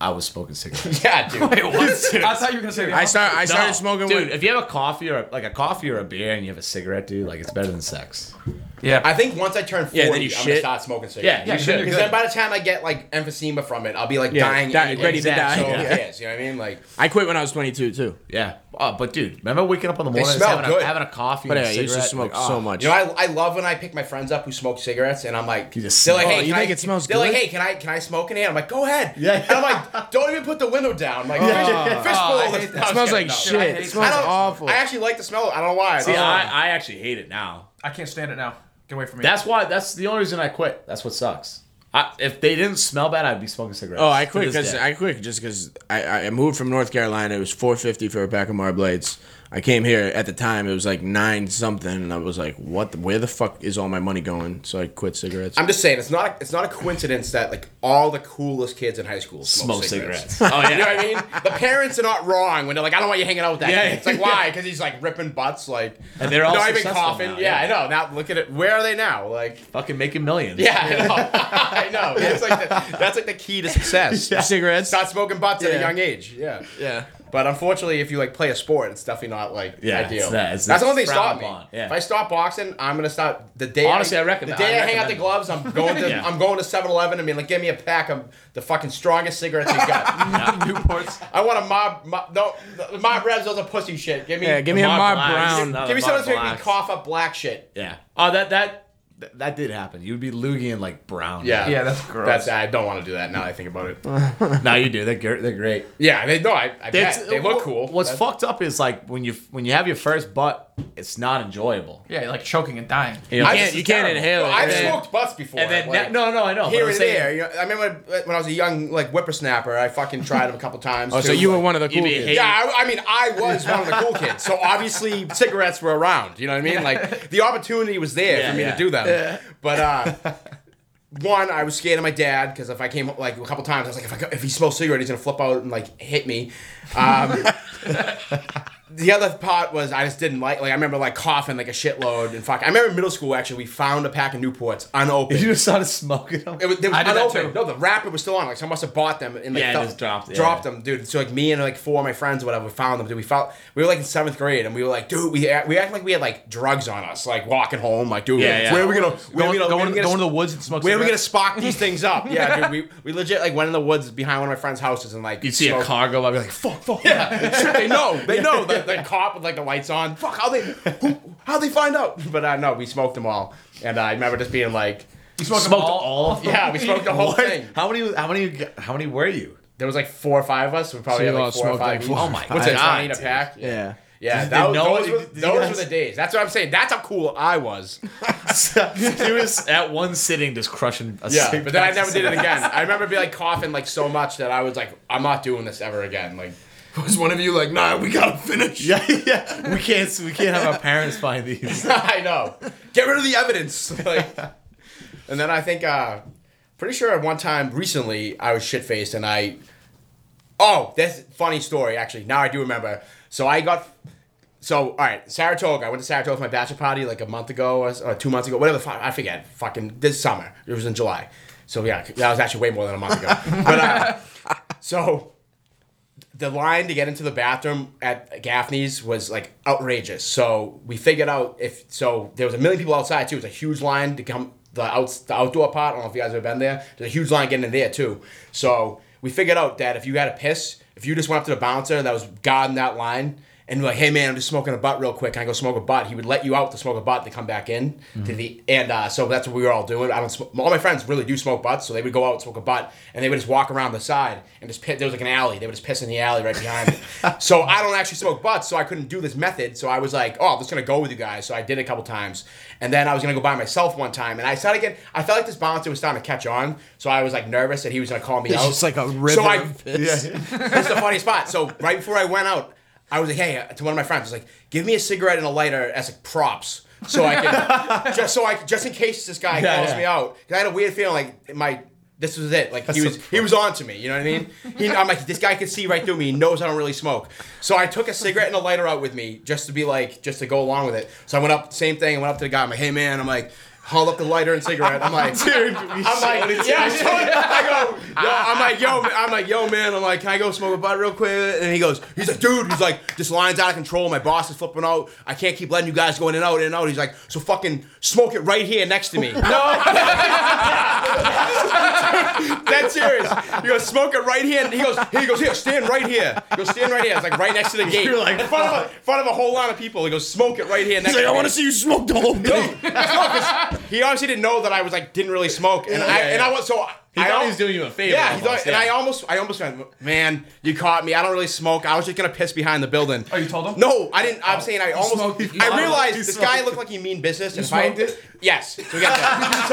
I was smoking cigarettes.
yeah, dude.
Wait, what? I thought you were gonna say.
I start. I started
No.
smoking.
dude.
with,
If you have a coffee or like a coffee or a beer, and you have a cigarette, dude, like it's better than sex.
Yeah,
I think once I turn 40,
Yeah, then you
I'm
shit.
gonna start smoking cigarettes.
yeah,
you
then
should.
you're
Because then by the time I get like emphysema from it, I'll be like
Yeah,
dying,
dying,
anyway.
ready to
Exactly.
die.
So
Yeah.
who cares? You know what I mean? Like,
I quit when I was 22 too.
Yeah. Oh, but dude, remember waking up in the morning and
smell
having, a,
good.
having a coffee
But
and
yeah,
a
I
cigarette?
used to smoke
like, oh.
so much.
you know, I, I love when I pick my friends up who smoke cigarettes, and I'm like,
You just
they're like,
smell
hey,
it. Oh,
can
you
I,
think it smells
They're like,
good?
hey, can I can I smoke in here? I'm like, go ahead.
Yeah. Oh,
And I'm like, Don't even put the window down. Like fish, fish
I
bowl.
hate that.
No, I
smells
was kidding,
like
no.
shit. It
I
smells
don't.
awful.
I actually like the smell. I don't know why.
See,
That's-
I, I actually hate it now.
I can't stand it now. Get away from me.
That's why. That's the only reason I quit. That's what sucks. I, if they didn't smell bad, I'd be smoking cigarettes.
Oh, I
to
quit
this
because
day.
I quit just because I, I moved from North Carolina. It was four fifty for a pack of Marblades. I came here at the time. It was like nine something, and I was like, "What? The, where the fuck is all my money going?" So I quit cigarettes.
I'm just saying, it's not a, it's not a coincidence that like all the coolest kids in high school smoke,
smoke
cigarettes.
cigarettes. oh
You know
yeah.
what I mean? The parents are not wrong when they're like, "I don't want you hanging out with that."
Yeah.
kid. It's like why? Because he's like ripping butts, like
And they're all
not even
successful
coughing.
now,
yeah,
yeah.
I know. Now look at it. Where are they now? Like,
Fucking making millions.
yeah, I know. I know. It's like the, that's like the key to success.
Cigarettes.
Start smoking butts at a
Yeah.
young age. Yeah.
Yeah.
But unfortunately, if you like play a sport, it's definitely not like
Yeah,
ideal.
it's not- it's
That's the
not
only thing
frowned
stopped me.
upon, yeah.
If I stop boxing, I'm gonna stop the day.
Honestly, I
the
recommend-
day I,
I
hang out the
recommend-
gloves, I'm going to
Yeah.
I'm going to 7-Eleven. I mean, like, give me a pack of the fucking strongest cigarettes you got.
Newports.
I want a mob, mob no the mob revs. Those are pussy shit. Give me
Yeah, give me a
Marb
Marb
Blacks.
Brown.
No.
give me
Mob
something to make me
blacks.
cough up black shit.
Yeah. Oh, that that that- that did happen. You'd be loogie and like brown.
Yeah,
Yeah, that's gross.
That's I don't want to do that now. that I think about it.
now you do. They're great. They're great.
Yeah, they no, I, I
That's-
bet. they look
wh-
cool.
What's fucked up is like when you when you have your first butt, it's not enjoyable.
yeah, you're, like choking and dying.
You know?
I can't-
It's
you can't
terrible.
inhale it.
I've
And then-
smoked butts before.
And then
like-
no, no, I know. but
here
I'm
and
saying-
there. You know, I remember when when I was a young like whippersnapper, I fucking tried them a couple times.
Oh, so you were one of the cool
be
kids.
hating-
Yeah, I, I mean, I was one of the cool kids, so obviously cigarettes were around. You know what I mean? Like the opportunity was there
Yeah,
for me
yeah.
to do them. But uh, one, I was scared of my dad because if I came like a couple times, I was like, if, I, go- if he smells cigarette, he's gonna flip out and like hit me. Um, the other part was I just didn't like. Like I remember like coughing like a shitload and fuck. I remember in middle school actually we found a pack of Newports unopened.
You just started smoking them.
It was, they was
I did that
unopened.
too.
No, the wrapper was still on. Like, someone must have bought them and like,
Yeah,
felt-
just dropped it,
dropped
yeah.
them, dude. So like me and like four of my friends or whatever found them. Dude, we felt we were like in seventh grade and we were like, dude, we act, we act like we had like drugs on us, like walking home, like dude,
Yeah, yeah.
where are we gonna where are
Going,
we gonna, where
going,
we gonna
going to the woods and smoke
where are we gonna
cigarettes.
spark these things up? Yeah, dude, we, we legit like went in the woods behind one of my friends' houses and like
You'd see a
smoked-
car go by, I'd be like, "Fuck, fuck."
Yeah, shit, they know. They know. The, the cop with like the lights on. Fuck, how they who, how they find out? But uh, no, we smoked them all, and uh, I remember just being like,
You
Smoked,
smoked them
all,
all?
of them.
yeah, we smoked the whole
What?
thing.
How many? How many? How many were you?
There was like four or five of us. We probably
So you
had
all
like four or
smoked
five.
like
each.
four or
What's that?
five.
Twenty in a
God,
pack.
Yeah.
Yeah,
Did-
that,
did no one-
those, were,
did you
those
guys-
were the days. That's what I'm saying. That's how cool I was.
he was at one sitting just crushing a
Yeah,
cig-
but then I never did it again. I remember being like coughing like so much that I was like, I'm not doing this ever again. Like,
Was one of you like, nah, we gotta finish?
Yeah, yeah. We can't. We can't have our parents find these.
I know, get rid of the evidence. Like, and then I think, uh, pretty sure at one time recently I was shit faced and I. Oh, that's funny story actually. Now I do remember. So I got So, all right, Saratoga. I went to Saratoga for my bachelor party like a month ago or, s- or two months ago, whatever. the fuck- I forget. Fucking this summer. It was in July. So yeah, that was actually way more than a month ago. but uh, so the line to get into the bathroom at Gaffney's was like outrageous. So we figured out if so there was a million people outside too. It was a huge line to come the outs the outdoor part. I don't know if you guys have been there. There's a huge line getting in there too. So we figured out that if you had a piss, if you just went up to the bouncer that was guarding that line and like, hey man, I'm just smoking a butt real quick. Can I go smoke a butt? He would let you out to smoke a butt to come back in
Mm-hmm.
to the and uh, so that's what we were all doing. I don't. Sm- all my friends really do smoke butts, so they would go out and smoke a butt, and they would just walk around the side and just pit. There was like an alley. They would just piss in the alley right behind it. so I don't actually smoke butts, so I couldn't do this method. So I was like, oh, I'm just gonna go with you guys. So I did it a couple times, and then I was gonna go by myself one time, and I started getting. I felt like this bouncer was starting to catch on, so I was like nervous that he was gonna call me out.
just like a
So
river
I
of piss.
this is the funny spot. So right before I went out, I was like, hey, to one of my friends, I was like, give me a cigarette and a lighter as like props. So I can just so I just in case this guy calls
yeah.
me out. Cause I had a weird feeling like my this was it. Like he
That's
was
a pro-
he was on to me, you know what I mean? He, I'm like, this guy can see right through me, he knows I don't really smoke. So I took a cigarette and a lighter out with me just to be like just to go along with it. So I went up, same thing, I went up to the guy, I'm like, hey man, I'm like, haul up the lighter and cigarette. I'm like,
Dude,
I'm like, yeah, I showed him. I go, yo, I'm like, yo, man- I'm like, yo, man, I'm like, can I go smoke a butt real quick? And he goes, he's like, dude, he's like, this line's out of control. My boss is flipping out. I can't keep letting you guys go in and out, in and out. He's like, so fucking smoke it right here next to me. No. That's serious. He goes, smoke it right here. And he goes, he goes, here, stand right here. He goes, stand right here. It's like right next to the gate.
You're like,
in front of, a, in front of a whole lot of people. He goes, smoke it right here
He's
next
like,
to
I
me."
want to see you smoke the whole thing.
No, 'cause he obviously didn't know that I was like didn't really smoke, and I
yeah,
and
yeah.
I was so
He thought
al-
he was doing you a favor.
Yeah, he
almost,
thought, and
yeah.
I almost, I almost went, man, you caught me. I don't really smoke. I was just gonna piss behind the building.
Oh, you told him?
No, I didn't. I'm saying I almost.
smoked. You
I
smoked.
realized
You
this
smoked.
guy looked like he mean business. and if I-
smoked it?
Yes. So, we got that.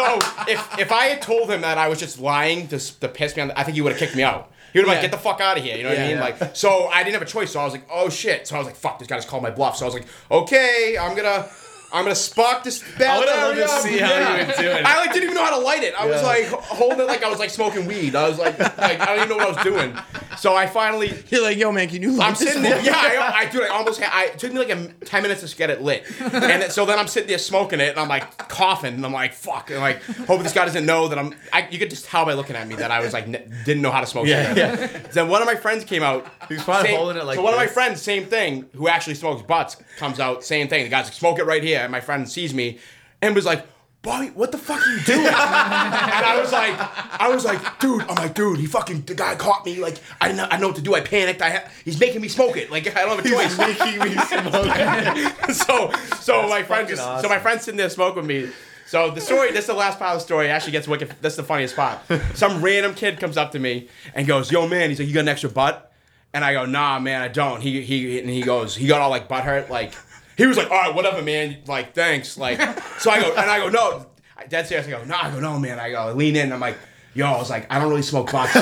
so if if I had told him that I was just lying to s- to piss me on, I think he would have kicked me out. He would have been
Yeah.
like, get the fuck out of here. You know what I
Yeah,
mean?
yeah.
Like, so I didn't have a choice. So I was like, oh shit. So I was like, fuck, this guy just called my bluff. So I was like, okay, I'm gonna. I'm gonna spark this
I
bad
would have loved to
up.
see how
Yeah.
you would do it.
I like didn't even know how to light it. I was
Yeah.
like holding it like I was like smoking weed. I was like, like I don't even know what I was doing. So I finally,
You're like, yo, man, can you?
I'm sitting there. Yeah, I, I dude, I almost had. I it took me like a, ten minutes to get it lit, and then, so then I'm sitting there smoking it, and I'm like coughing, and I'm like fuck, and like hope this guy doesn't know that I'm. I, you could just tell by looking at me that I was like n- didn't know how to smoke.
Yeah,
cigarettes. Then one of my friends came out. He was
probably holding it like
So one of my
this.
friends, same thing, who actually smokes butts, comes out, same thing. The guy's like, smoke it right here, and my friend sees me, and was like. Bobby, what the fuck are you doing? and I was like, I was like, dude, I'm like, dude, he fucking, the guy caught me. Like, I didn't, know- I didn't know what to do. I panicked. I, ha- he's making me smoke it. Like, I don't have a choice.
making me smoke.
so, so my friend
fucking
just, so
awesome.
my friend's sitting there smoking with me. So the story, this is the last part of the story. It Actually, gets wicked. That's the funniest part. Some random kid comes up to me and goes, "Yo, man," he's like, "You got an extra butt?" And I go, "Nah, man, I don't." He he and he goes, he got all like butt hurt. Like he was like, "All right, whatever, man." Like thanks. Like so I go and I go, "No." I dead serious. I go, "No," I go, "No, man." I go, I lean in. And I'm like, "Yo," I was like, "I don't really smoke butts."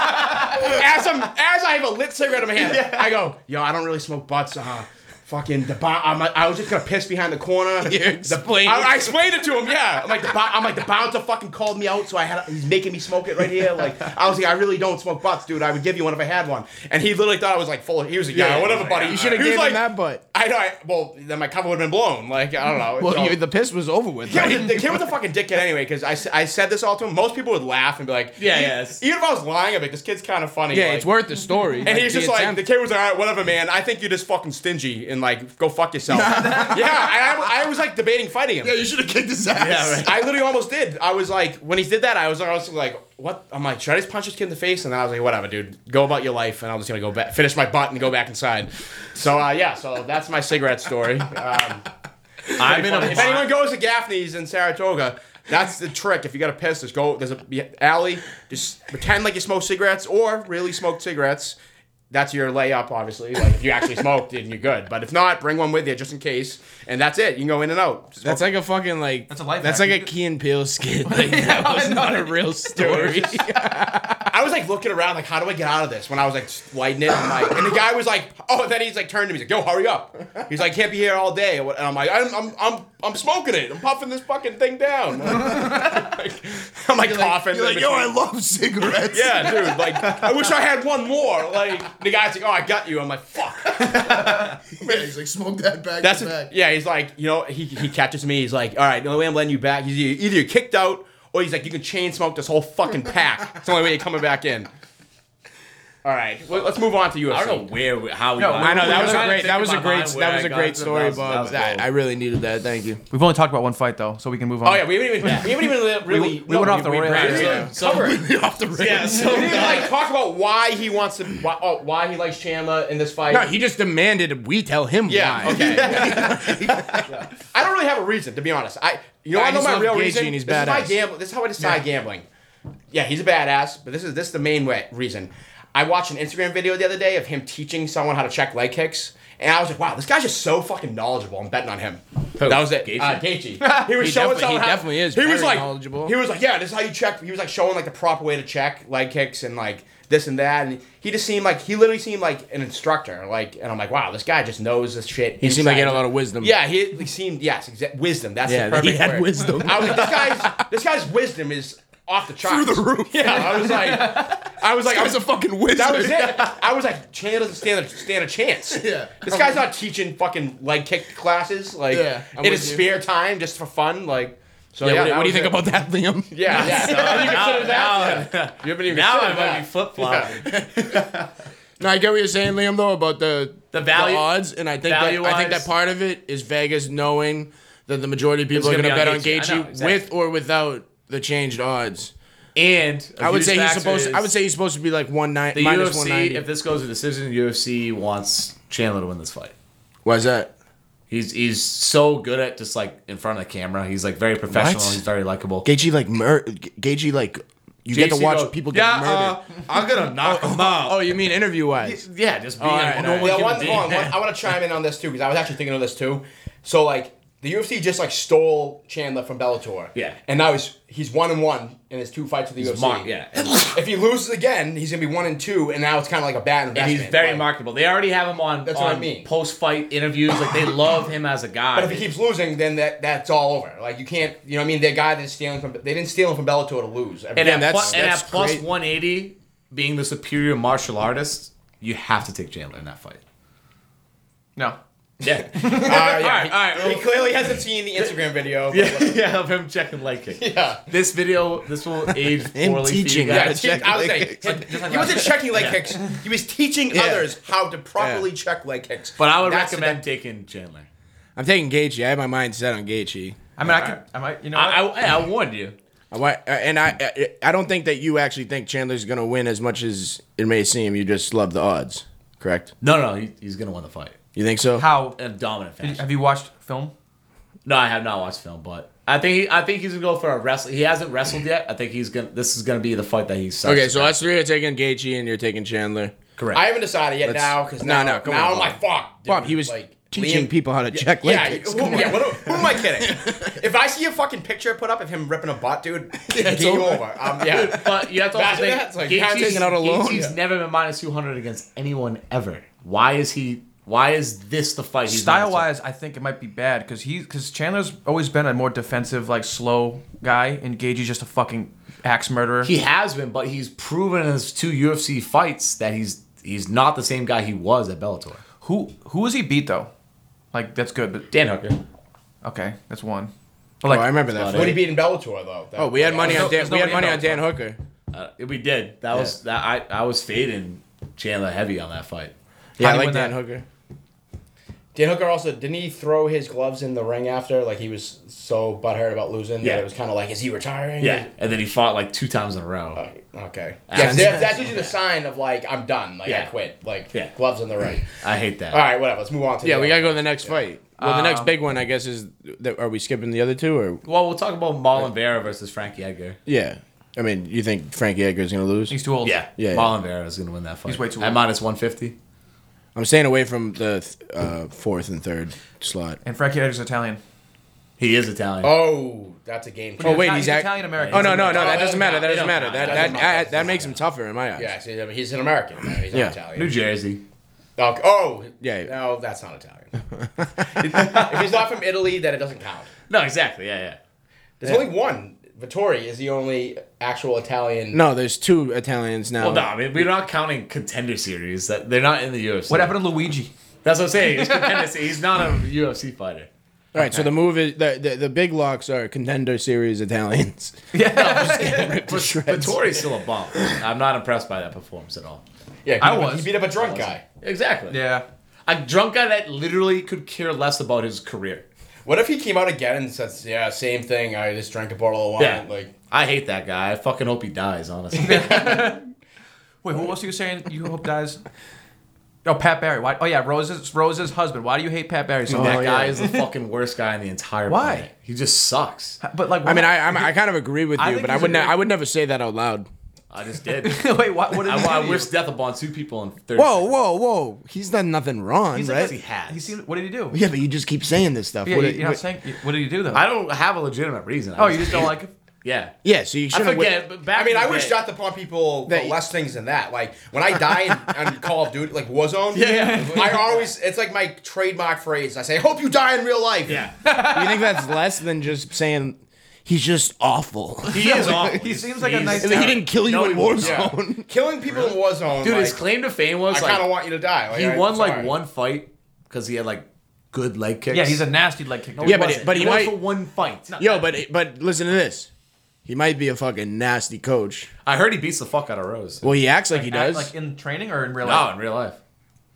as I'm as I have a lit cigarette in my hand, I go, yo, I don't really smoke butts. Uh, fucking the bo- I'm, I was just gonna piss behind the corner.
You explained
The,
it.
I, I explained it to him. Yeah, I'm like the bo- I'm like the bouncer fucking called me out, so I had he's making me smoke it right here. Like I was like, I really don't smoke butts, dude. I would give you one if I had one. And he literally thought I was like full. of He was like, yeah,
Yeah,
whatever,
yeah,
buddy.
yeah.
He
You
Should have
was
given
like-
him that butt.
I know. I, well, then my cover would have been blown. Like I don't know. So-
Well, you, the piss was over with.
yeah,
right?
the, the kid was a fucking dickhead anyway, because I, s- I said this all to him. Most people would laugh and be like,
Yeah, yeah, it's-
Even if I was lying, I'd be like, this kid's kind of funny.
Yeah,
like-
it's worth the story.
and he's
the
just like,
attempt.
the kid was like, all right, whatever, man. I think you're just fucking stingy and like, go fuck yourself. yeah, and I, I was like debating fighting him.
yeah, you should have kicked his ass.
Yeah, right.
I literally almost did. I was like, when he did that, I was, I was like, what? I'm like, should I just punch this kid in the face? And then I was like, whatever, dude. Go about your life, and I'm just gonna go back, finish my butt, and go back inside. So uh, yeah, so that's my cigarette story. Um,
I'm in a
if anyone goes to Gaffney's in Saratoga. That's the trick. If you got to piss, just go. There's a alley. Just pretend like you smoke cigarettes, or really smoke cigarettes. That's your layup, obviously. Like if you actually smoked, then you're good. But if not, bring one with you just in case. And that's it. You can go in and out. Smoke
That's like a fucking like.
That's a life
That's
hack.
like a Key and Peele skit. Like, that was not a real story.
I was like looking around, like, how do I get out of this? When I was like lighting it, I'm like, and the guy was like, oh, and then he's like turned to me, he's like, yo, hurry up. He's like, can't be here all day. And I'm like, I'm, I'm, I'm, I'm smoking it. I'm puffing this fucking thing down. I'm like coughing.
You're like, yo, I love cigarettes.
yeah, dude. Like, I wish I had one more. Like, the guy's like, "Oh, I got you." I'm like, "Fuck."
Yeah, he's like, smoke that back.
That's
to
a,
back.
yeah. He's like, you know, he, he catches me. He's like, all right, the only way I'm letting you back, he's either either you're kicked out or he's like, you can chain smoke this whole fucking pack. It's the only way you're coming back in. All right, let- let's move on to UFC.
I don't know where, we- how we.
No,
got-
I
I know that was a
trying to
great.
think
That was a
behind
great.
where
That was
I
a
got
great
to.
story,
That was-
Bob.
that was
That-
cool.
I really needed that. Thank you.
We've only talked about one fight though, so we can move on.
Oh yeah, we haven't even we haven't even really
we went off the rails.
we didn't
Yeah.
even
So,
off the rails.
yeah,
we didn't
so
even, like talk about why he wants to why, oh, why he likes Chandler in this fight.
No, he just demanded we tell him
yeah,
why.
okay. I don't really have a reason to be honest. I you know
I
I, know
just
my
love
real
Gaethje
reason.
and he's
this is my
badass.
gamble. This is how I decide gambling. Yeah, he's a badass, but this is this is the main way, reason. I watched an Instagram video the other day of him teaching someone how to check leg kicks, and I was like, wow, this guy's just so fucking knowledgeable. I'm betting on him. That was it.
Gaethje?
Uh, Gaethje. He was
He definitely-
showing someone
he
how-
definitely is
He was
very
like
knowledgeable.
He was like, yeah, this is how you check. He was like showing like the proper way to check leg kicks and like this and that, and he just seemed like he literally seemed like an instructor. Like, and I'm like, wow, this guy just knows this shit.
He seemed like he had a lot of wisdom.
Yeah, he, he seemed yes, exa- wisdom. That's
Yeah,
the perfect
he had
word.
wisdom.
I was like, this guy's this guy's wisdom is off the charts.
Through the roof.
Yeah, I was like, I was like,
I
I
was
was,
a fucking wizard.
that was it. I was like, Chandler doesn't stand a, stand a chance.
Yeah.
this guy's not teaching fucking leg kick classes like
Yeah, I'm
in
with
his
you.
spare time just for fun. Like, so
Yeah,
yeah,
what, do-
that
what do you
was
think
it.
about that, Liam?
Yeah, yeah. Have you
now,
considered that?
now,
You haven't even
now I
considered
might
that.
be flip flopping.
No, I get what you're saying, Liam, though, about the
The value-
odds, and I think that, I think
value-wise-
that part of it is Vegas knowing that the majority of people are
gonna
going to
be
bet
on
on
Gaethje. I
Gaethje
know, exactly.
with or without the changed odds.
And a
I would
huge
say he's
factor
supposed. I
is
would say he's supposed to be like one nine
the
minus one
UFC. If
ninety.
this goes to decision, the UFC wants Chandler to win this fight.
Why's that?
He's he's so good at just like in front of the camera. He's like very professional.
What?
He's very likable.
Gaethje like mur- Gaethje like
You get to
JC
watch
goes,
people get
yeah,
murdered.
Uh, I'm gonna knock him
uh,
out.
Oh, you mean interview wise?
Yeah, just being
All right,
a
all
normal
right.
Yeah,
human
one,
being.
hold on, one- I want to chime in on this too because I was actually thinking of this too. So like the UFC just like stole Chandler from Bellator.
Yeah.
and now he's he's one and one in his two fights with the UFC.
Mark, yeah, and,
If he loses again, he's gonna be one and two, and now it's kind of like a bad
and
investment.
he's very
like,
marketable. They already have him on,
That's
on
what I mean.
post-fight interviews. Like they love him as a guy.
But if he keeps losing, then that that's all over. Like you can't, you know, what I mean, the guy that's stealing from they didn't steal him from Bellator to lose. I mean,
and,
Yeah,
at,
that's-
plu- and
that's
at plus
great.
180, being the superior martial artist, you have to take Chandler in that fight.
No.
Yeah,
uh, yeah,
all right, all
he,
right.
he clearly hasn't seen the Instagram video. but-
yeah, yeah. Of him checking leg kick.
Yeah.
This video, this will age
Him
poorly.
teaching
for you
how to
Yeah,
guys.
te-
check
I was
leg
saying,
kicks.
him- he wasn't checking leg kicks. He was teaching others how to properly check leg kicks.
But I would
That's the
recommend taking Chandler.
I'm taking Gaethje. I have my mind set on Gaethje.
I mean, I could. I might. You know.
I,
what?
I, I warned you.
I wa- uh, and I, I, I don't think that you actually think Chandler's going to win as much as it may seem. You just love the odds, correct?
No, no, he, he's gonna win the fight
You think so?
How?
in a dominant fashion.
Have you watched film?
No, I have not watched film, but I think he, I think he's gonna go for a wrestle. He hasn't wrestled yet. I think he's gonna. This is gonna be the fight that he's.
okay, so us three are taking Gaethje and you're taking Chandler.
correct.
I haven't decided yet
Let's-
now because
No,
now,
no, come
now
on,
I'm like, fuck. dude,
Bob, he was
like,
teaching
Liam-
people how to check leg
Yeah,
kicks.
who, yeah what, who am I kidding? if I see a fucking picture put up of him ripping a butt, dude, game over. Um, yeah.
but you have to also
Imagine
think
that, it's like,
Gaethje's-
I'm taking
out a loan.
Gaethje's
Yeah.
never been minus two hundred against anyone ever. Why is he? Why is this the fight? he's
Style
minus
wise, I think it might be bad because he because Chandler's always been a more defensive, like slow guy, and Gagey's just a fucking axe murderer.
two? He has been, but he's proven in his two UFC fights that he's he's not the same guy he was at Bellator.
who who was he beat though? Like that's good, but
Dan Hooker.
okay, that's one. But
Oh,
like
I remember
That's
that.
about
When
fight.
he beat in Bellator, though. that-
Oh, we had money on Dan.
There's no- there's
We had money
nobody in
on Dan Hooker.
Uh, we did. That was that. I I was fading Chandler heavy on that fight.
Yeah,
How
I
do you
like
win
Dan
that?
Hooker.
Dan Hooker also, didn't he throw his gloves in the ring after? Like, he was so butthurt about losing
Yeah.
that it was kind of like, is he retiring?
Yeah, and then he fought like two times in a row.
Okay. Yeah,
Sounds-
that- that's usually the sign of, like, I'm done. Like,
Yeah.
I quit. Like,
Yeah.
gloves in the ring.
I hate that.
All right, whatever. Let's move on to
Yeah,
the
we
other-
gotta go to the next fight. Well, the next big one, I guess, is that. Are we skipping the other two or?
Well, we'll talk about Marlon Vera versus Frankie Edgar.
Yeah, I mean, you think Frankie Edgar's gonna lose?
he's too old.
Yeah,
Yeah, yeah.
Marlon Vera is going to win that fight.
He's way too
at
old.
minus one fifty.
I'm staying away from the th- uh, fourth and third slot.
And Frankie Edgar's Italian.
He is Italian.
Oh, that's a game.
Oh
changer.
wait,
He's
he's
not-
act-
he's Italian-American.
Oh no,
He's
no, no,
Italian.
that doesn't matter. That doesn't
It doesn't
matter. That
matter.
that
It doesn't matter.
that, that makes him tougher in my eyes.
Yeah, see, I mean, he's an American. though. He's not
Yeah.
Italian.
New Jersey.
Oh, oh,
Yeah.
No, that's not Italian. if he's not from Italy, then it doesn't count.
No, exactly. Yeah, yeah.
There's only one. Vittori is the only actual Italian.
No, there's two Italians now.
Well, no, I mean we're not counting contender series. That they're not in the UFC.
What happened to Luigi?
That's what I'm saying. He's contender. series. He's not a UFC fighter.
All right, so the move is the, the the big locks are contender series Italians.
But Vittori's still a bum. I'm not impressed by that performance at all.
Yeah,
I
he-
was.
He beat up a drunk guy.
Exactly.
Yeah.
A drunk guy that literally could care less about his career.
What if he came out again and said, "Yeah, same thing. I just drank a bottle of wine."
Yeah.
Oh, Like,
I hate that guy. I fucking hope he dies. Honestly.
Wait, who else are you saying you hope dies? Oh, Pat Barry. Why? Oh yeah, Rose's Rose's husband. Why do you hate Pat Barry so
that
Oh,
much?
guy is the fucking worst guy on the entire
Why?
planet. He just sucks.
But like,
I mean, I I'm, I kind of agree with
I
you,
think
but I
he's a
would ne-
great-
I would never say that out loud.
I just did.
wait. What? What did
I,
he do
I
to you?
wish death upon two people in 30
Whoa,
seconds.
whoa, whoa! He's done nothing wrong,
He's like
right?
He has.
He seemed. What did he do?
yeah, but you just keep saying this stuff.
Yeah,
What-
you- you're not
what-
saying. What did he do though?
I don't have a legitimate reason. I
oh,
was-
you just don't like him.
Yeah.
yeah, so you
I
should
forget. But back
I mean,
in the
I wish
day-
death upon people
That-
for less things than that. Like when I die in, on Call of Duty, like Warzone.
Yeah,
I always it's like my trademark phrase. I say, "Hope you die in real life."
Yeah.
You think that's less than just saying he's just awful?
He is awful.
He seems like a nice
he didn't kill you
No,
in
he wasn't.
Warzone.
Killing people in Warzone.
Dude,
like,
his claim to fame
I
was
kind of
like
want you to die. Like,
he
I'm
won like
sorry.
one fight because he had like good leg kicks.
Yeah, he's a nasty leg kick.
Yeah,
He
but
wasn't.
but he
won
might-
for one fight.
Yo, but but listen to this. He might be a fucking nasty coach.
I heard he beats the fuck out of Rose.
Well, he acts like, he
Act
does.
Like in training or in real
No,
life?
in real life.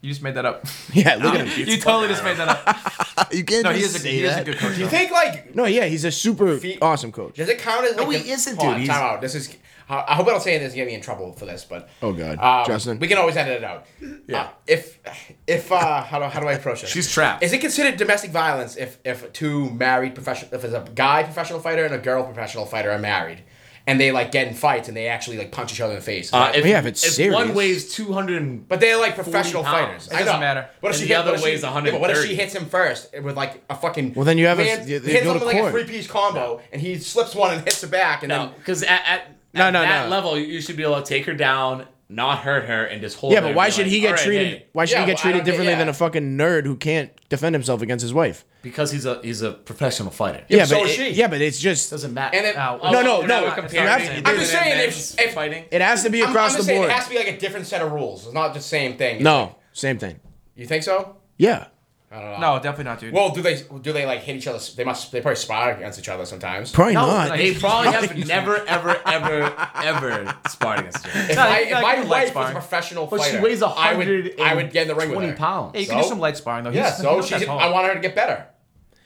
You just made that up.
yeah, look at him.
you totally just made that up.
You can't
No, he is a, he is a good coach.
Do you
though.
think like
No, yeah, he's a super
Feet-
awesome coach.
Does it count as? Like
he
the-
isn't,
Hold
dude.
on,
He's-
Time out. This is. I I hope I don't say anything to get me in trouble for this, but. um,
Oh, God. Justin?
We can always edit it out. Yeah. if if uh, how do how do I approach this?
She's trapped.
Is it considered domestic violence if if two married professional if it's a guy professional fighter and a girl professional fighter are married? and they like get in fights and they actually like punch each other in the face.
Uh, if,
Yeah, if it's
one
serious.
weighs 200,
but they're like professional
40 pounds.
fighters.
It
I
doesn't
know.
matter.
What if
And
she
the
hit,
other
what if
weighs
she, yeah, but what if she
130?
hits him first with like a fucking?
Well, then you have a-
lands-
you- you
hits
go
him
to
with like a
court.
three piece combo and he slips one and hits her back and
no,
then
because at, at,
No,
at
no,
that
no.
level, you should be able to take her down, not hurt her, and just hold
Yeah,
her
but
and
why
be
should
like,
he get
"All right,
treated?
hey."
Why should
Yeah,
he get
well, I
treated
don't get-
differently than
yeah.
a fucking nerd who can't defend himself against his wife?
Because he's a he's a professional fighter.
Yeah,
so
but
is
it-
she.
yeah, but it's just
doesn't matter.
And it-
Oh,
No,
oh,
no,
they're
no,
not
you have
comparing
to-
it.
I'm just saying if-
Men's
if-
fighting.
it has to be
I'm, I'm
across the
just saying
board.
it has to be like a different set of rules. It's not the same thing.
no, same thing.
you think so?
Yeah.
No, definitely not, dude.
Well, do they do they like hit each other? They must. They probably spar against each other sometimes.
Probably
No,
not.
like-
They probably have never, ever, ever, ever sparred against her.
If,
No,
I,
you
if
gotta
my
do leg
wife was
sparring.
a professional
But
fighter,
she weighs
I would,
100.
I would get in the ring with her.
pounds.
yeah, you can do
so-
some light sparring though.
Yeah,
He's-
so
he's not
she's,
that tall.
I want her to get better.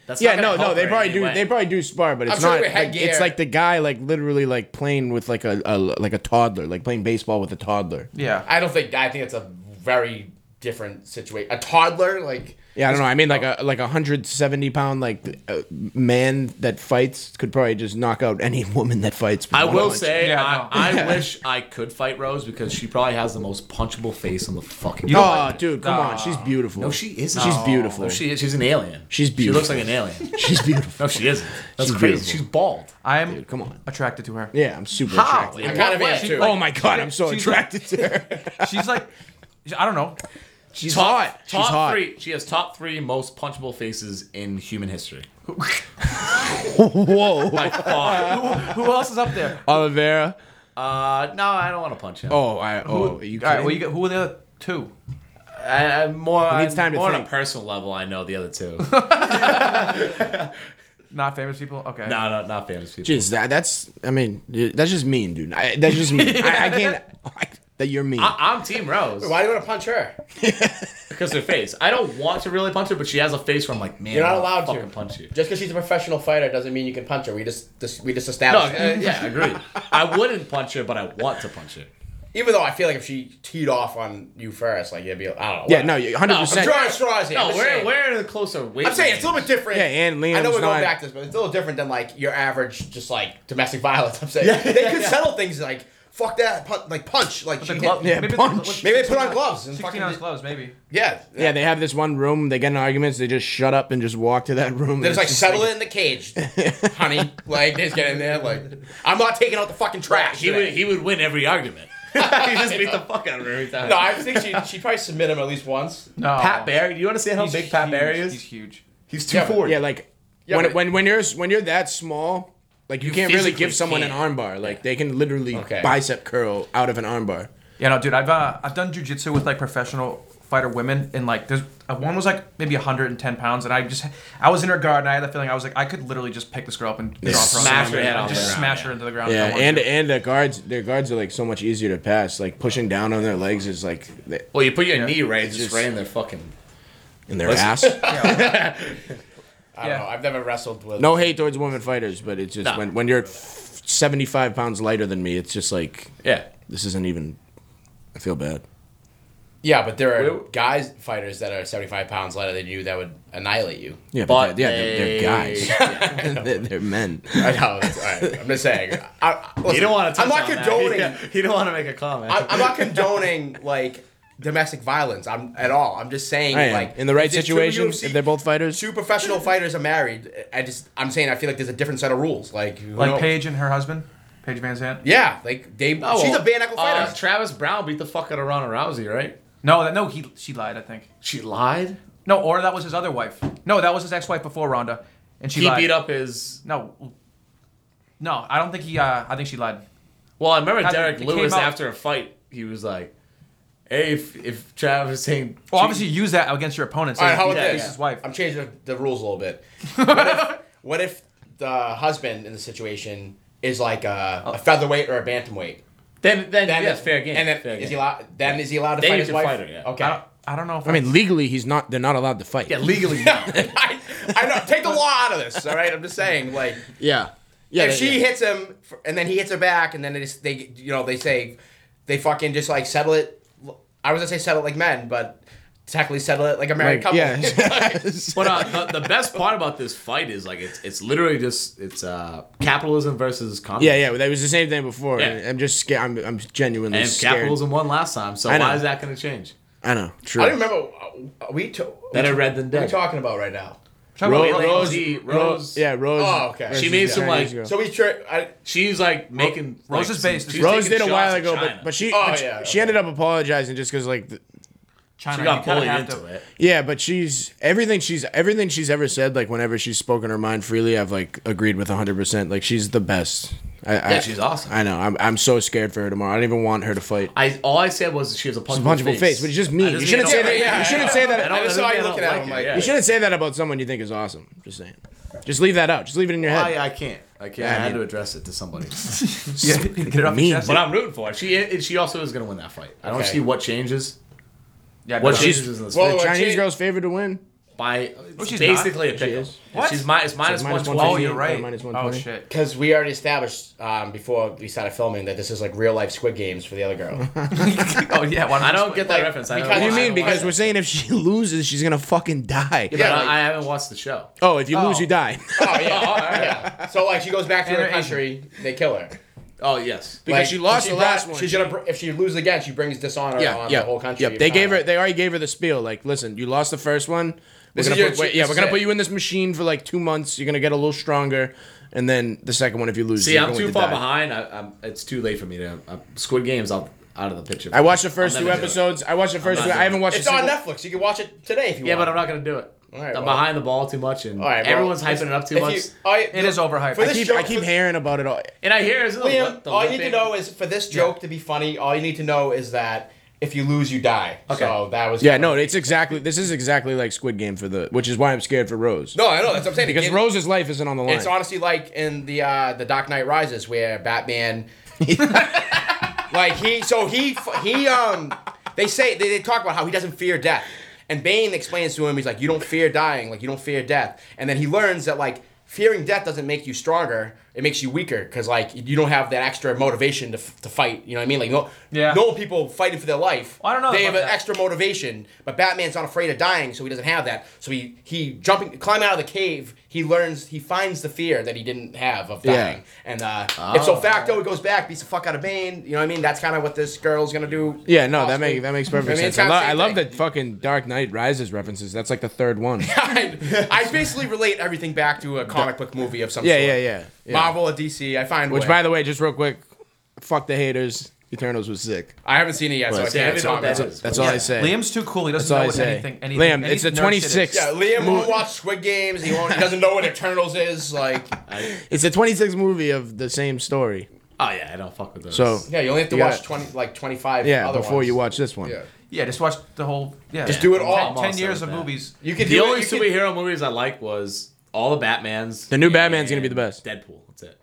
That's
yeah,
not gonna
no, no,
help
they
her
probably
in
do.
any way.
They probably do spar, but it's
sure
not.
with
Like,
headgear.
it's like the guy like literally like playing with like a, a like a toddler, like playing baseball with a toddler.
Yeah.
I don't think. I think it's a very different situation. A toddler, like
Yeah, I don't know. I mean, like a like a hundred seventy pound like uh, man that fights could probably just knock out any woman that fights. with
I
one
will
punch.
say,
Yeah,
I,
no.
I wish I could fight Rose because she probably has the most punchable face on the fucking.
Oh,
planet.
dude, come on, she's beautiful.
No, she isn't.
She's
No.
beautiful.
No, she is. She's an alien.
She's
She looks
beautiful.
like an alien.
she's beautiful.
No, she isn't. That's
She's
crazy.
beautiful.
She's bald.
I'm
Dude, come on.
attracted to her.
Yeah, I'm super
How?
attracted.
I
In
kind of
what
am
way?
too.
Oh my god, I'm so
She's-
attracted to her.
She's like, I don't know.
She's
Top-
hot. She's
Top
hot.
three. She has top three most punchable faces in human history.
Whoa,
By
Uh,
far.
Who else is up there?
Oliveira.
uh, no, I don't want to punch him.
Oh, I oh, are you
All right. Well,
kidding?
you got who are the other two?
I, I'm more
He needs
I'm
time to
more on a
think.
personal level. I know the other two.
Not famous people. Okay.
No, no, not famous people.
Jeez, that, that's I mean y- that's just mean, dude. I, that's just mean. I, I can't. I, that you're mean.
I, I'm Team Rose
Why do you want to punch her?
because her face. I don't want to really punch her, but she has a face where I'm like, man,
You're not
I wanna
allowed to
fucking punch you.
Just because she's a professional fighter doesn't mean you can punch her. We just, just we just
No,
established.
uh,
that.
yeah, agreed. I wouldn't punch her, but I want to punch her.
Even though I feel like if she teed off on you first, like it'd be, I don't know.
yeah, no, you 100.
No,
percent
I'm
Drawing straws here. I'm
No,
just
we're
saying.
we're in a closer weight.
I'm saying it's a little bit different.
Yeah, and
I know
Liam's
we're going
not-
back to this, but it's a little different than like your average, just like domestic violence. I'm saying they could settle things like fuck that, pun- like punch, like she
The
hit-
glove,
yeah,
maybe
punch.
The,
Maybe they put on gloves and
Sixteen
fucking
ounce
did-
gloves, maybe.
yeah,
Yeah, they have this one room. They get in arguments. They just shut up and just walk to that room.
They just like
It's
settle it in the cage, honey. Like they just get in there. Like I'm not taking out the fucking trash.
He would
today.
he would win every argument. he just beat the fuck out of her every time.
no, I think she she probably submit him at least once.
No.
Pat Barry, do you understand how
He's
big Pat
huge,
Barry is?
He's huge.
He's
Yeah, but-
240.
Yeah, like
Yeah,
when,
but-
when when you're when you're that small, like you,
You
can't really
physically
give someone
can't.
an armbar. Like they can literally
Okay.
bicep curl out of an armbar.
Yeah, no, dude. I've uh, I've done jujitsu with like professional fighter women, and like there's uh, one was like maybe 110 pounds, and I just I was in her guard, and I had the feeling I was like I could literally just pick this girl up and drop her on the
smash her
ground.
head off
just
the ground,
smash her
yeah.
into the ground. if I
Yeah,
wanted
and
to.
and the guards their guards are like so much easier to pass. Like pushing down on their legs is like they,
Well, you put your knee right,
It's
just,
just-
right in their fucking.
in their
Listen.
ass.
I don't know. I've never wrestled with.
No hate towards women fighters, but it's just
No.
when when you're f- 75 pounds lighter than me, it's just like
Yeah.
this isn't even. I feel bad.
Yeah, but there are
We-
guys fighters that are 75 pounds lighter than you that would annihilate you.
Yeah,
But
but, yeah, they're,
they-
they're guys. they're, they're men.
I know. That's, all right, I'm just saying. I, I- listen,
You don't want to.
I'm not condoning.
He don't want to make a comment.
I, I'm not condoning like domestic violence. I'm at all. I'm just saying
I am.
like
in the right
if it's two
situation,
UFC
if they're both fighters,
two professional fighters are married. I just I'm saying I feel like there's a different set of rules. Like who
like
knows?
Paige and her husband, Paige Van Zant.
Yeah, like they.
Oh,
she's a bare knuckle
uh,
fighter.
Travis Brown beat the fuck out of Ronda Rousey, right?
No, that no, he she lied. I think.
She lied.
No, or that was his other wife. No, that was his ex-wife before Rhonda, and she
He
lied.
beat up his.
No, no, I don't think he. Uh, I think she lied.
Well, I remember
Had-
Derek
it
Lewis
came out-
after a fight. He was like, "Hey, if, if Travis ain't
Well, obviously, you use that against your opponent.
all right, how about
Yeah,
this?
His wife.
I'm changing the rules a little bit. What if, what if the husband in the situation is like a, a featherweight or a bantamweight?
then then,
Then
yeah, it's fair game.
And then
fair
is he
game.
allowed? Then is he allowed to
Then
fight
you
his
can
wife?
fight her, yeah.
Okay.
I don't, I don't know. If
I mean, legally, he's not. They're not allowed to fight.
Yeah, legally. no.
I, I know. Take the law out of this. All right. I'm just saying. Like,
yeah, yeah.
if
they-
she
yeah.
hits him f- and then he hits her back, and then they just they you know they say they fucking just like settle it. I was gonna say settle it like men, but technically settle it like a married couple.
yeah.
But uh, the, the best part about this fight is like it's it's literally just it's uh capitalism versus communism.
yeah, yeah. That was the same thing before.
Yeah.
I'm just scared. I'm, I'm genuinely
And
scared.
capitalism won last time, so
I know.
why is that going to change?
I know. True.
I don't remember. uh, We to-
Better
we-
red than
What are
dead.
we talking about right now?
Talk about
Rose,
Elaine.
Rose, Rose,
yeah, Rose.
Oh, okay.
She
versus
made some,
Chinese
like-
girl.
So we tra- I,
she's like making
Rose
like,
is based.
she's
Rose
taking
did a while
shots at
ago,
China.
but but she
Oh,
but she,
yeah,
she
okay.
ended up apologizing just because like the,
China,
she
you
got
kinda
bullied
have
into
to-
it.
yeah, but she's everything she's everything she's ever said like whenever she's spoken her mind freely, I've like agreed with 100. percent Like she's the best. I,
Yeah,
I,
she's awesome.
I know. I'm I'm so scared for her tomorrow. I don't even want her to fight.
I all I said was she has a
It's a
punchable,
punchable face, which is just mean.
doesn't
You shouldn't
mean
say
I don't-
that.
yeah,
you shouldn't say that.
I don't-
I
that
just saw
doesn't
you
mean I
looking
don't
at him.
like
Like,
it, yeah.
You shouldn't say that about someone you think is awesome. Just saying. Just leave that out. Just leave it in your head.
I, I can't. I can't. I, had to address it to somebody.
Yeah, get it off
Mean,
your chest.
but I'm rooting for her. She i- she also is going to win that fight. I don't
Okay.
see what changes.
Yeah,
What
no,
changes in this
Well,
fight?
The Chinese
she-
girl's favored to win.
By
Oh,
it's
she's
basically a pick.
is.
What?
She's mi- it's minus
It's minus
one
115.
Oh,
twelve.
you're right.
minus
Oh
120.
shit.
Because we already established um, before we started filming that this is like real life Squid Games for the other girl.
Oh yeah. why
I don't get that
Like,
reference. I don't
because-
What do
I
you mean?
don't
Because
like
we're saying if she loses, she's gonna fucking die.
But
Yeah,
I-
like-
I haven't watched the show.
Oh, if you
Oh.
lose, you die.
oh yeah, yeah. So like she goes back to
And
her
they're Asian.
country, they kill her.
Oh yes.
Because
Like,
she lost the
brought-
last one.
She's gonna br- if she loses again, she brings dishonor on the whole country.
Yep. They gave her. They already gave her the spiel. Like, listen, you lost the first one. We're
This
gonna
is your
put, wait,
ch-
yeah,
this
we're
is
gonna
it.
put you in this machine for like two months. You're gonna get a little stronger, and then the second one, if you lose,
See,
you're
I'm
going
too
to
far
die.
behind. I, I'm, it's too late for me to. i Squid Game's out out of the picture.
I watched the first
I'll
two
never do it.
episodes. I watched the first
not
two.
doing
I haven't watched.
It's
a
on
single-
Netflix. You can watch it today if you
Yeah,
want.
but I'm not gonna do it.
right,
I'm
well.
behind the ball too much, and
All right, well,
everyone's hyping it up too
if
much.
you- uh, all you-
It is overhyped.
For
I
this
I keep,
joke,
I keep
for-
hearing about it all.
and I hear is
Liam, all you need to know is for this joke to be funny, all you need to know is that if you lose, you die. So that was
Yeah, no, it's exactly. This is exactly like Squid Game for the, which is why I'm scared for Rose.
No, I know that's what I'm saying.
because
It-
Rose's life isn't on the line.
It's honestly like in the uh, the Dark Knight Rises where Batman, like he, so he he um, they say they, they talk about how he doesn't fear death, and Bane explains to him he's like you don't fear dying, like you don't fear death, and then he learns that like fearing death doesn't make you stronger, it makes you weaker because like you don't have that extra motivation to, f- to fight. You know what I mean? Like no,
Yeah.
normal people fighting for their life.
I don't know
They
about
have an
that.
extra motivation, but Batman's not afraid of dying, so he doesn't have that. So he he jumping climbing out of the cave. He learns he finds the fear that he didn't have of dying, and uh, it's
Ah.
so facto it goes back beats the fuck out of Bane. You know what I mean? That's kind of what this girl's gonna do.
yeah, no, that
Possibly.
makes that makes
I
perfect
mean, it's
sense. I,
kinda
lo-
same
I love
thing.
that fucking Dark Knight Rises references. That's like the third one.
I, I basically relate everything back to a comic book movie of some
Yeah,
sort.
yeah, yeah, yeah.
Marvel or DC, I find.
Which,
way.
by the way, just real quick, fuck the haters. Eternals was sick.
I haven't seen it yet, so I
See, I
can't
didn't know what
comment.
that is.
That's all I say.
Liam's too cool. He doesn't
That's all
know
I
what
say.
anything. Anything.
Liam,
any
it's the
nerd shit is.
26th.
Yeah, Liam won't watch Squid Games. He won't. He doesn't know what Eternals is. Like,
It's a 26 movie of the same story.
Oh yeah, I don't fuck with those.
So
yeah, you only have to
You
watch
gotta-
twenty, like twenty-five.
yeah,
other
before
ones.
you watch this one.
Yeah.
Yeah, just watch the whole. Yeah.
Just do it all.
Ten,
I'm all
ten
set
years
with
of
that.
movies.
You could
the
do it-
only
you could-
superhero movies I like was all the Batman's.
The new Batman's gonna be the best.
Deadpool. That's it.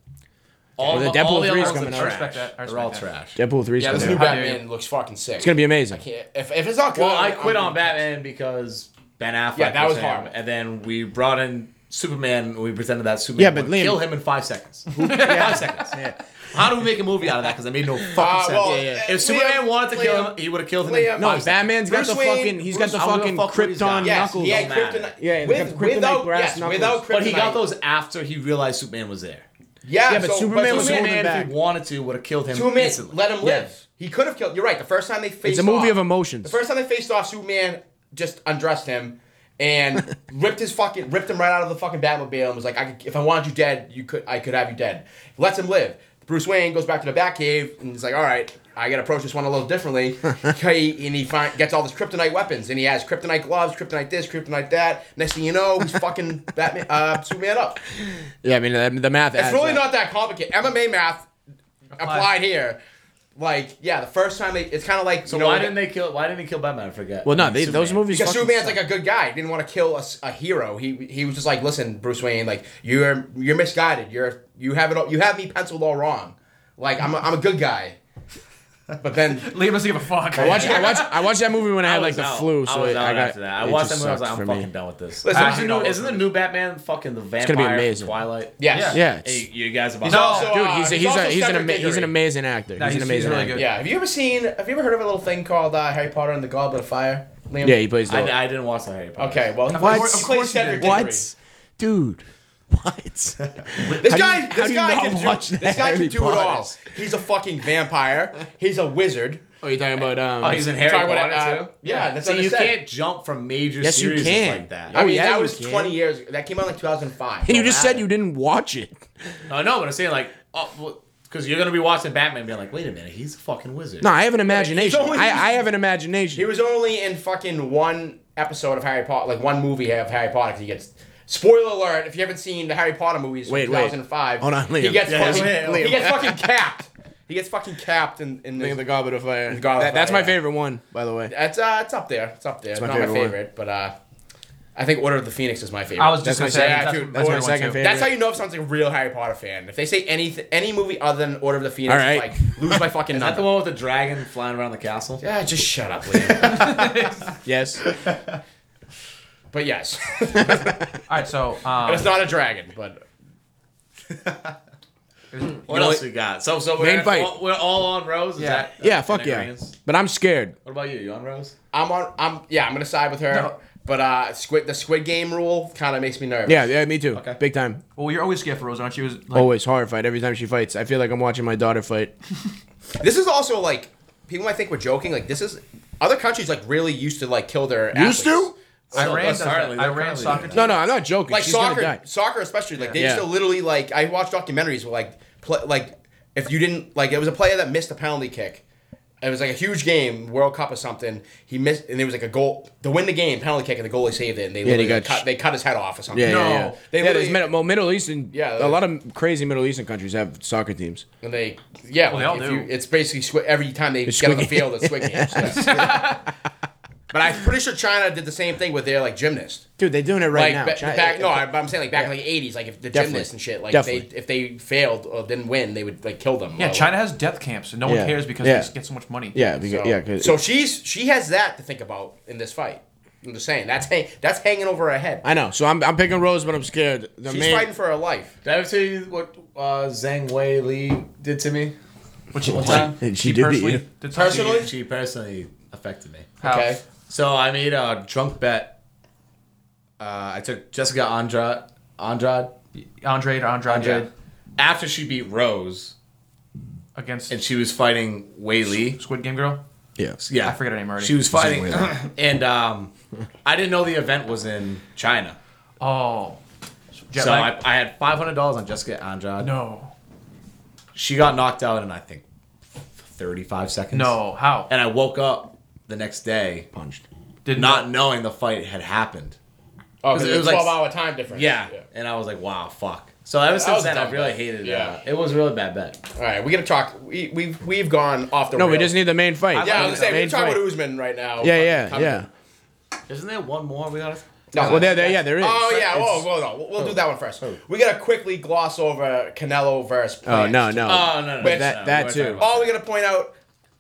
All
Well, the
the Deadpool
Deadpool
all the
3 is
others
coming
are
out.
trash.
I respect that. I
They're all
respect
trash.
Deadpool 3 's
Yeah, this
coming
new
out.
How dare
Batman looks fucking sick.
It's gonna be amazing.
If, if it's not good,
Well, I quit
I'm-
on Batman because Ben Affleck.
Yeah, that was
him,
hard.
And then we brought in Superman. and We pretended that Superman
Yeah, but
would
Liam-
kill him in five seconds. Five seconds.
Yeah.
How do we make a movie out of that? Because it made no fucking
Uh,
sense.
well,
yeah.
If
Liam-
Superman wanted to kill
Liam-
him, he would have killed him.
Liam-
in
No,
five
Bruce-
seconds.
Batman's got
Bruce
the
Wayne-
fucking. He's got
Bruce-
the
I don't give
fucking
a fuck what he's
Krypton
got.
Yes,
knuckles.
he had
don't matter.
kryptonite.
Yeah, and
with,
the kryptonite
without,
brass
yes,
knuckles.
without kryptonite.
But he got those after he realized Superman was there.
Yeah,
Yeah, but
so,
Superman was holding
Superman, if
back.
he wanted to, would have killed him
Superman
instantly.
let him live.
Yes.
He could have killed. You're right. The first time they faced,
It's a movie
off-
of emotions.
The first time they faced off, Superman just undressed him and ripped his fucking ripped him right out of the fucking Batmobile and was like, I could, "If I wanted you dead, you could. I could have you dead." Lets him live. Bruce Wayne goes back to the Batcave and he's like, "All right." I gotta approach this one a little differently. He- and he find, gets all this kryptonite weapons, and he has kryptonite gloves, kryptonite this, kryptonite that. Next thing you know, he's fucking Batman, uh, Superman up.
Yeah, I mean the, the math.
It's really not that complicated. MMA math applied here. Like, yeah, the first time they, it's kind of like
So
you know,
why didn't they kill? Why didn't he kill Batman? I forget.
Well, no,
I mean,
they, those
Superman.
movies.
Because
fucking
Superman's
suck.
like a good guy. He didn't want to kill a, s- a hero. He he was just like, listen, Bruce Wayne, like you're you're misguided. You're you have it. All, you have me penciled all wrong. Like I'm a, I'm a good guy. But then
Liam doesn't give a fuck.
I watched, I watched. I watched that movie when I,
I
had
was
like the
out.
flu.
I
So
was
it-
out
I got.
after that. I
it
watched that
just
movie. I was like,
sucked
I'm
for me.
fucking done with this.
Listen,
Actually,
I-
no, isn't the new Batman fucking the vampire?
gonna be amazing.
Twilight.
yes,
Yeah.
Yeah, it's-
Hey, you guys about
He's also,
dude,
uh,
he's a, he's a,
also
he's an
Cedric
ama- he's
Diggory.
an amazing actor.
Nah,
he's an
he's- he's
amazing
really
actor.
good.
Yeah. Have you ever seen? Have you ever heard of a little thing called uh, Harry Potter and the Goblet of Fire? Liam?
Yeah, he plays the.
I, I didn't watch the Harry Potter.
Okay, well,
What?
Of course, of course
What?
Cedric Diggory.
what, dude? What?
This
How do you-
guy,
how
this
do you
guy
not
can do,
watch
this
the
guy can
Harry
do it all.
Potters?
He's a fucking vampire. He's a wizard.
oh, you're talking about um?
Oh, he's in
You're
Harry Potter
talking about, uh,
too.
yeah, that's
so
what I
you
said.
can't jump from major
Yes, you
series
can.
like that.
I
Oh,
mean,
yeah,
that
you
was
can.
20 years. That came out like 2005.
and you
Don't
just said
matter.
you didn't watch it.
No, no, but I'm saying like, oh, because you're gonna be watching Batman, and be like, wait a minute, he's a fucking wizard.
No, I have an imagination.
only-
I, I have an
He
imagination.
was only in fucking one episode of Harry Potter, like one movie of Harry Potter. 'cause He gets spoiler alert if you haven't seen the Harry Potter movies
Wait,
from
wait.
2005.
Hold on,
He
Liam.
gets
Yeah,
fucking,
Liam.
he gets fucking capped. He gets fucking capped in, in
Think
this.
of the Goblet of Fire.
Goblet of
That- that's my
Fire, yeah.
favorite one, by the way.
That's uh, it's up there. It's up there. It's
my
not my
favorite one.
favorite, but uh, I think Order of the Phoenix is my favorite.
I was just
That's
gonna
my
say
second-
dude,
what I
that's
my
went
second
to.
favorite.
That's how you know if someone's like a real Harry Potter fan. If they say anything, any movie other than Order of the Phoenix,
All
it's
right.
like lose my fucking
Is that the
number.
one with the dragon flying around the castle?
Yeah, just shut up, Liam.
Yes.
but yes,
All right, so um,
it's not a dragon, but
What
You know
else we got? So, so we're,
Main
at-
fight.
all- we're all on Rose. Is
Yeah.
that,
Yeah,
an
fuck yeah.
agreeance?
But I'm scared.
What about you? You on Rose?
I'm on. I'm yeah. I'm gonna side with her.
No.
But uh, squid the Squid Game rule kind of makes me nervous.
Yeah, yeah, me too. Big time.
well, you're always scared for Rose, aren't you? Is, Like,
Always horrified every time she fights. I feel like I'm watching my daughter fight.
This is also like people might think we're joking. Like this is other countries like really used to like kill their
Used
athletes.
to?
Iran does that.
currently- they're
Iran
currently
soccer
doing that.
No, no, I'm not joking.
like
She's gonna
soccer,
die.
soccer especially. Like they
Yeah.
used to literally like I watched documentaries where like pl- like if you didn't like it was a player that missed a penalty kick. It was like a huge game, World Cup or something. He missed, and there was like a goal to win the game, penalty kick, and the goalie saved it. And they
they
literally
got
cut,
sh-
they cut his head off or something.
Yeah, yeah, yeah.
No.
They
yeah, there's
literally-
Mid- well, Middle Eastern.
Yeah,
a lot of crazy Middle Eastern countries have soccer teams.
And they, yeah,
Well,
like,
they
if
all
you,
do.
it's basically squi- every time they
It's
get on the
squid game.
field, it's swing games. but I'm pretty sure China did the same thing with their like gymnast.
Dude, they're doing it right
Like
now.
ba-
Chi-
back, no, I- but I'm saying like back in like the '80s, like if the
Definitely.
gymnasts and shit, like they
Definitely.
if they failed or didn't win, they would like kill them.
yeah,
Or,
China has death camps, and no
Yeah.
one cares because
Yeah.
they just get so much money.
yeah,
like,
because,
so.
yeah. 'cause-
so she's she has that to think about in this fight. I'm just saying that's hang, that's hanging over her head.
I know. So I'm, I'm picking Rose, but I'm scared. The
She's
man-
fighting for her life.
Did I ever tell you what uh, Zhang Wei Li did to me?
Which one time
Did she do to
personally
you?
did something to
Personally?
you?
Really?
She personally affected me.
How-
Okay,
So I made a drunk bet. Uh, I took Jessica Andrade, Andrade,
Andre to Andrade
Andrade after she beat Rose,
against
and she was fighting Wei Li.
Squid Game Girl.
Yeah.
Yeah,
I forget her name already.
She was fighting, and um, I didn't know the event was in China.
Oh, Jet
so
lag?
I, I had five hundred dollars on Jessica Andrade.
no,
She got knocked out in I think thirty-five seconds.
no, how
And I woke up the next day punched,
did
not knowing the fight had happened.
oh,
'Cause
because
it
it
was, like,
twelve hour time difference.
Yeah. And I was like, wow, fuck. So ever
was
since then,
dumb,
I've really
though.
hated it.
Yeah.
Uh, it was a really bad bet.
All right, we gotta talk. We we've we've gone off the.
No, we
rails.
just need the main fight.
Yeah, I
The
was saying we're
main
talking
fight.
about Usman right now.
Yeah, yeah,
Fucking
yeah.
Isn't there one more we got?
No,
Well, there, there, yeah, there is.
Oh yeah, whoa, whoa, no, we'll, we'll do that one first. We gotta quickly gloss over Canelo versus.
Oh
Plant.
no, no.
Oh, no, no.
That-
no, no,
that
we're
too.
talking about-
All we gotta point out,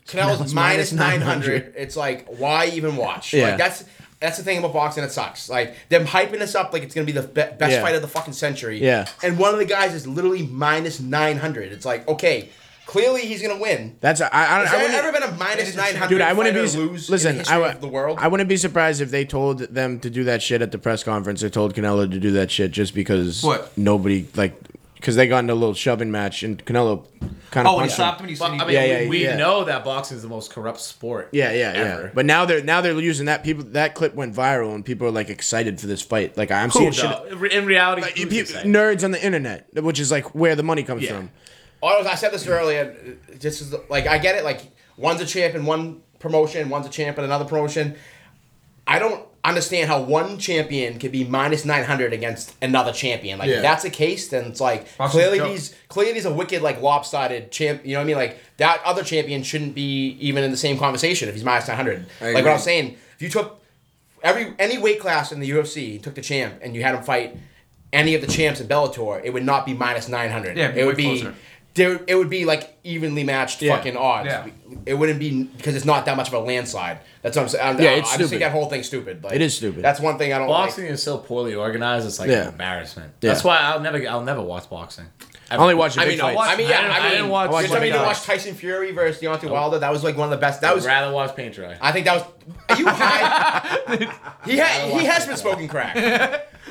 Canelo's minus
minus
nine hundred. It's like why even watch?
Yeah.
Like, that's that's the thing about boxing that sucks. Like them hyping us up like it's gonna be the be- best
Yeah.
fight of the fucking century.
Yeah.
And one of the guys is literally minus nine hundred. It's like okay, clearly he's gonna win.
That's I. I, don't, I
Has there
wouldn't-
ever been a minus nine hundred?
Dude, I wouldn't be
lose. in
listen.
the
I
history
would.
of the world.
I wouldn't be surprised if they told them to do that shit at the press conference. They told Canelo to do that shit just because
What?
nobody like because they got into a little shoving match and Canelo kind of
Oh, and he
punched
slapped
him.
him. And he
Well,
said,
I mean,
he-
Yeah, yeah,
we, we
yeah.
know that boxing is the most corrupt sport.
Yeah, yeah,
ever.
yeah. But now they're now they're using that people that clip went viral and people are like excited for this fight. Like I'm
Who
seeing shit.
the- in reality,
You
who's
peop-
excited?
nerds on the internet, which is like where the money comes
Yeah.
from.
Autos, Oh, I said this earlier. This is like I get it. Like one's a champ in one promotion, one's a champ in another promotion. I don't understand how one champion could be minus nine hundred against another champion. Like if that's the case, then it's like
Boxing's
clearly
a joke.
he's clearly he's a wicked like lopsided champ. You know what I mean? Like that other champion shouldn't be even in the same conversation if he's minus nine hundred. Like what
agree.
I was saying, if you took every any weight class in the UFC, you took the champ and you had him fight any of the champs in Bellator, it would not be minus nine hundred.
Yeah, it'd be
it would
way
be
closer.
there. It would be like evenly matched fucking odds.
Yeah.
It wouldn't be because it's not that much of a landslide. That's what I'm saying. I,
Yeah,
I-
it's
I just think
stupid.
that whole thing's stupid. Like,
It is stupid.
That's one thing I don't
Boxing
like.
is so poorly organized. It's like
Yeah.
an embarrassment.
Yeah.
That's why I'll never, I'll never watch boxing.
I only watch the
I
big
mean,
fights.
I mean, yeah,
I didn't-
I,
I
mean,
didn't watch
You're telling me
Jimmy
to
Dodge.
watch Tyson Fury versus Deontay Wilder? That was like one of the best. That was.
rather watch paint dry.
I think that was. Are you high? he ha- he has been smoking crack.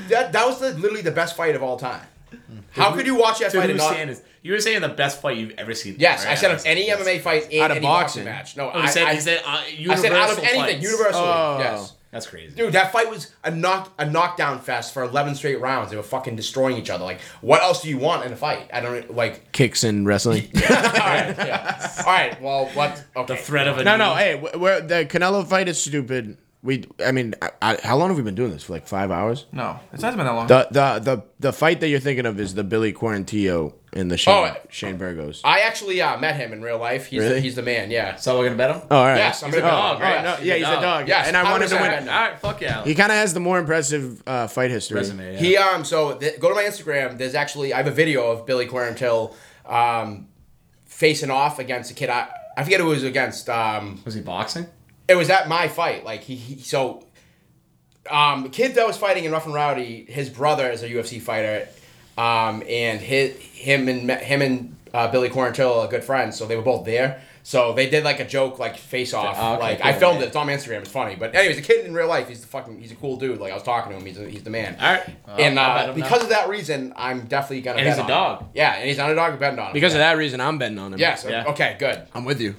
That that was the, literally the best fight of all time.
Hmm.
How could you watch that
So
fight
you
and
were
not?
saying is you were saying the best fight you've ever seen.
Yes,
ever.
I said of any MMA fight and
Out of
any
boxing.
boxing match. No,
Oh,
I
he said
I,
he said uh,
I said out
universal
of anything
fights.
universally.
Oh.
Yes.
That's crazy.
Dude, that fight was a knock a knockdown fest for eleven straight rounds. They were fucking destroying each other. Like, what else do you want in a fight? I don't like.
Kicks in wrestling.
all right, yeah. all right. Well, what? Okay.
the threat of a
no, no.
knee.
Hey, we the Canelo fight is stupid. We, I mean, I, I, how long have we been doing this? For like five hours.
No, it hasn't been that long.
The the the the fight that you're thinking of is the Billy Quarantillo and the Shane,
Oh, I-
Shane Burgos.
I actually uh, met him in real life. He's
Really?
the, he's the man. Yeah.
So we're gonna bet him.
oh, all right.
yes, I'm
oh,
gonna bet him.
oh,
Yes,
no,
he's
yeah, he's a dog.
Yes,
and I wanted to
100%.
win.
All right, fuck yeah.
He kind of has the more impressive uh, fight history.
Resume. Yeah.
He um so th- go to my Instagram. There's actually I have a video of Billy Quarantil um facing off against a kid. I I forget who it was against. Um,
was he boxing?
it was at my fight. Like he, he so um the kid that was fighting in Rough and Rowdy, his brother is a UFC fighter, um and his him and me- him and uh, Billy Quarantil are good friends, so they were both there. So they did like a joke, like face off.
Oh, okay,
like
cool,
I filmed
yeah.
it. It's on my Instagram. It's funny. But anyways, the kid in real life, he's the fucking, he's a cool dude. Like I was talking to him. He's, a, he's the man.
All right.
and
I'll bet
uh,
him now.
because of that reason, I'm definitely gonna.
And
bet
he's a
on
dog.
Him. Yeah, and he's not a dog. I'm betting on him.
Because of that reason, I'm betting on him.
Yes.
Yeah.
Okay. Good.
I'm with you.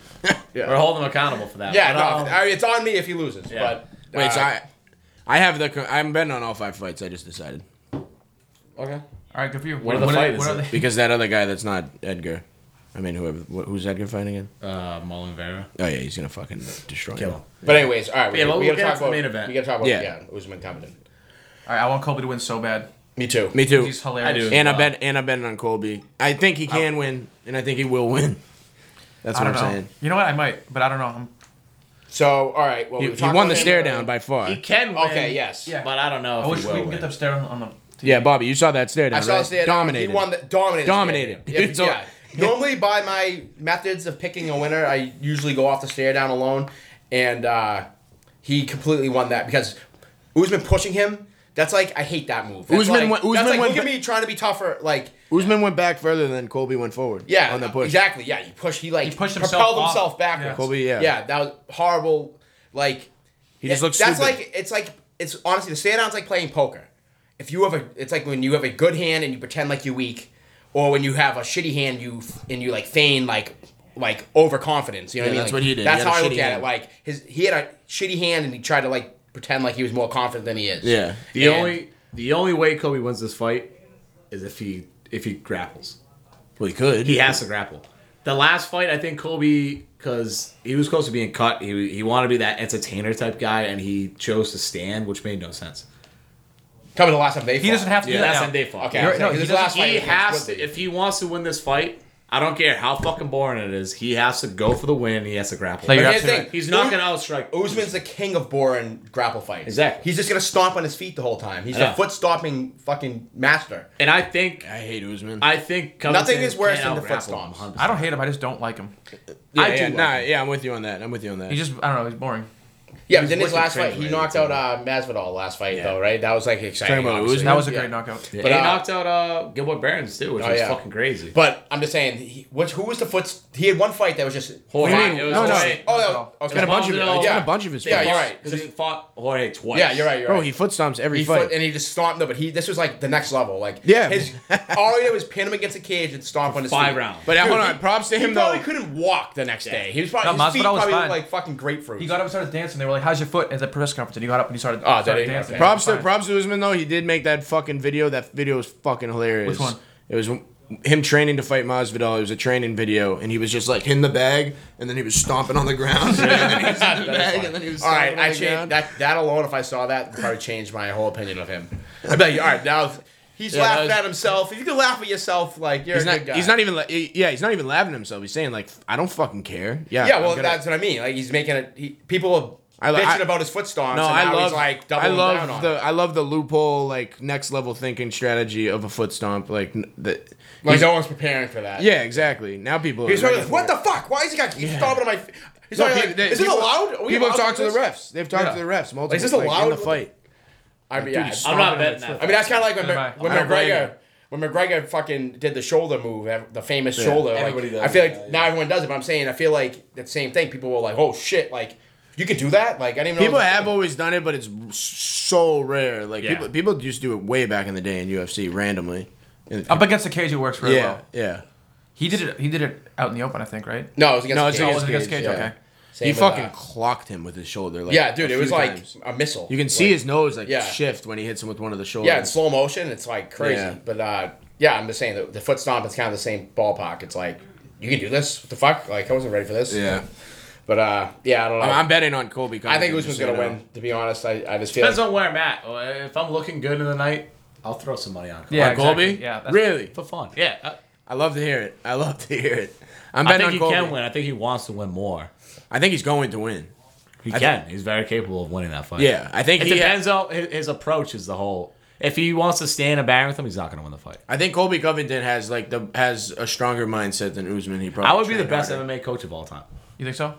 We're holding him accountable for that.
Yeah.
But,
No,
um,
I mean, it's on me if he loses.
Yeah.
But
Wait,
uh,
so I, I have the. co- I'm betting on all five fights. I just decided
okay.
All right, good for you.
What are the fight is it?
they-
because that other guy that's not Edgar. I mean, whoever. wh- Who's Edgar fighting again?
uh, Mullen Vera.
Oh yeah, he's gonna fucking destroy
Kill
him.
him.
But anyways, all right. We,
Yeah,
we
but we'll
gotta
get
talk
to the
about
main event.
We gotta talk about
Yeah.
yeah, Usman Compton.
All right, I want Colby to win so bad.
Me too.
Me too.
He's hilarious.
I do.
And I
Wow.
bet and I bet on Colby. I think he can win, and I think he will win. That's
I
what
don't
I'm
know.
saying.
You know what? I might, but I don't know. I'm,
So all right. Well,
He,
we
he
talked
won the
about him uh,
stare
earlier.
down by far.
He can win.
Okay. Yes.
Yeah.
But I don't know if
I wish
he
we
will
can
win.
get the stare on the. TV.
Yeah, Bobby, you saw that stare down.
I saw
right?
the stare down.
Dominated.
He won the dominated. stare
Dominated.
down. If-
So-
yeah. Normally, by my methods of picking a winner, I usually go off the stare down alone, and uh, he completely won that because Usman pushing him. That's like I hate that move. That's
Usman
like,
went-
that's
Usman
like,
went
look at
ba-
me trying to be tougher. Like
Usman went back further than Colby went forward.
yeah,
on the push.
exactly. Yeah, he pushed. He like
He pushed himself
propelled
off.
himself
Yeah.
backwards.
Kobe, yeah.
yeah, that was horrible. Like
He just looks
That's
stupid.
like it's like it's honestly the stand down's like playing poker. If you have a, it's like when you have a good hand and you pretend like you're weak, or when you have a shitty hand you f- and you like feign like like overconfidence. You know what
Yeah,
I mean?
that's
Like,
what he did. He
That's
had a
how I
shitty
look at
hand.
it. Like his he had a shitty hand and he tried to like pretend like he was more confident than he is.
Yeah.
The
And-
only the only way Kobe wins this fight is if he if he grapples.
well, he could.
He has to grapple. The last fight, I think Kobe, because he was close to being cut. He he wanted to be that entertainer type guy, and he chose to stand, which made no sense.
coming to the last time they
He doesn't have to do
That's
that.
on
now.
day five.
Okay,
You're-
I'm
no, he
saying, this
He,
is the last fight against
has
Woodley.
to, if he wants to win this fight. I don't care how fucking boring it is. He has to go for the win. and He has to grapple.
Play your-
But here's the
absolutely
thing,
He's not
Ud-
gonna outstrike
Usman's the king of boring grapple fights.
Exactly.
He's just gonna stomp on his feet the whole time. He's
Yeah.
a foot stomping fucking master.
And I think
I hate Usman.
I think
Nothing
Covington
is worse
can
than the foot
outgrapple
stomps.
him 100%.
I don't hate him. I just don't like him.
yeah,
I
yeah,
do
nah,
like
yeah, I'm with you on that. I'm with you on that.
He just, I don't know. He's boring.
Yeah, but then his
wicked
last fight, he
translated,
knocked out uh, Masvidal last fight though, right? That was like exciting.
Talking about
obviously.
Usman?
That was a
Yeah.
great knockout.
And
But,
he
uh,
knocked out uh, Gilbert Burns too, which
Oh,
was
yeah.
fucking crazy.
But I'm just saying, he, what, who was the foot? He had one fight that was just.
Jorge,
What do you mean?
it was
No, no.
Jorge.
Oh, that
No.
was,
got
okay.
a bunch of.
Masvidal-
It's got
Yeah.
a bunch of his.
Yeah,
fights.
you're right.
Because he fought Jorge twice.
Yeah, you're right. You're
Bro,
right.
he foot stomps every
He
fight.
foot, and he just stomped. No, but he. This was like the next level. Like
Yeah.
his all he did was pin him against a cage and stomp on his
Five
feet.
rounds.
but uh,
Dude,
hold
he-
on, props to him
he
though.
probably couldn't walk the next day. He was probably
No,
his feet
Masvidal was
probably
fine.
looked like fucking grapefruit.
He got up and started dancing. They were like, "How's your foot?" At the press conference, and he got up and he started,
Ah,
Oh, did
started
he?
dancing.
Okay.
Props to
Fine.
props to Usman though. He did make that fucking video. That video was fucking hilarious.
Which one?
It was him training to fight Masvidal. It was a training video, and he was just like in the bag, and then he was stomping on the ground. and then he was in the bag, and then he was
All
stomping on
right, I
the ground.
changed that. That alone, if I saw that, would probably changed my whole opinion of him. I'd be like, all right, now he's
Yeah, that
laughing
was-
at himself. If you can laugh at yourself, like you're
He's
a
not.
good guy.
He's not even. la- Yeah, he's not even laughing at himself. He's saying like, "I don't fucking care." Yeah.
Yeah,
I'm
well,
gonna-
that's what I mean. Like he's making it. He, people
I
are
li-
bitching
I-
about his foot stomps.
No,
and
I
now
love.
he's like
I
doubling down
love
on
the.
it.
I love the loophole, like next level thinking strategy of a foot stomp, like n- the.
Like
he's-
no one's preparing for that.
yeah, exactly. Now people.
he's
are
probably like, what the fuck? Why is he got he's stomping on my? Feet? He's
No,
probably
people-
like,
they-
is
people-
it allowed? Are we
People have
allowed
talked to
to
the
do this?
refs. They've talked
Yeah.
to the refs multiple.
Like, is this
like, in
allowed?
the fight?
I mean, yeah,
just
I
stomping
I'm not
on
betting
his
that.
foot.
mean, that's kind of like when,
Never mind.
when
I don't blame
McGregor. when McGregor fucking did the shoulder move, ev- the famous shoulder. Like,
everybody does
I feel
it,
like
yeah,
now everyone does it. But I'm saying I feel like that same thing. People were like, "Oh shit!" Like you could do that. Like I didn't even
People
know. it was a
have
thing.
always done it, but it's so rare. Like people, people used to do it way back in the day in UFC randomly. And-
Up against the cage, it works really
yeah,
well.
yeah.
He did it. He did it out in the open, I think, right?
No, it was against.
No,
the
it's
Cage.
against-
Oh, was it against
Cage,
cage?
yeah.
Okay.
Same
he
with,
fucking
uh,
clocked him with his shoulder. Like,
yeah, dude.
a
It was
few
like
times.
a missile.
you can see
Like,
his nose like
Yeah.
shift when he hits him with one of the shoulders.
Yeah, in slow motion, it's like crazy.
Yeah.
But uh, yeah, I'm just saying the, the foot stomp. It's kind of the same ballpark. It's like you can do this. What the fuck? Like I wasn't ready for this.
Yeah.
But uh, yeah, I don't know.
I'm,
i
I'm betting on Colby. Covington,
think
just
Usman's
so
gonna
you know.
win. To be honest, I, I just feel.
Depends
Like,
on where I'm at. Uh, If I'm looking good in the night, I'll throw some money on.
Yeah,
On Colby?
exactly. Yeah, that's-
really?
for fun. Yeah, I,
I love to hear it. I love to hear it. I'm
I
betting
think
on Colby.
he can win. I think he wants to win more.
I think he's going to win.
He
I
can. He's very capable of winning that fight.
Yeah, I think
It
he.
depends on his, his approach. Is the whole. If he wants to stand and bang with him, he's not going to win the fight.
I think Colby Covington has like the has a stronger mindset than Usman. He probably.
I would be the
trained
best
harder.
MMA coach of all time.
You think so?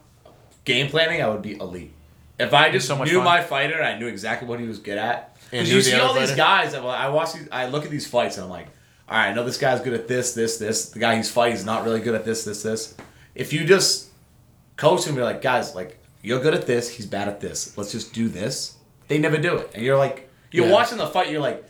Game planning, I would be elite. If I just
so much
knew
fun.
my fighter, I knew exactly what he was good at.
And
Because
knew
you
the
see
other
all these
fighter.
guys that well, I watch. These, I look at these fights and I'm like, all right, I know this guy's good at this, this, this. The guy he's fighting is not really good at this, this, this. If you just coach him, you're like, guys, like you're good at this, he's bad at this. Let's just do this. They never do it, and you're like, you're
Yeah.
watching the fight, you're like,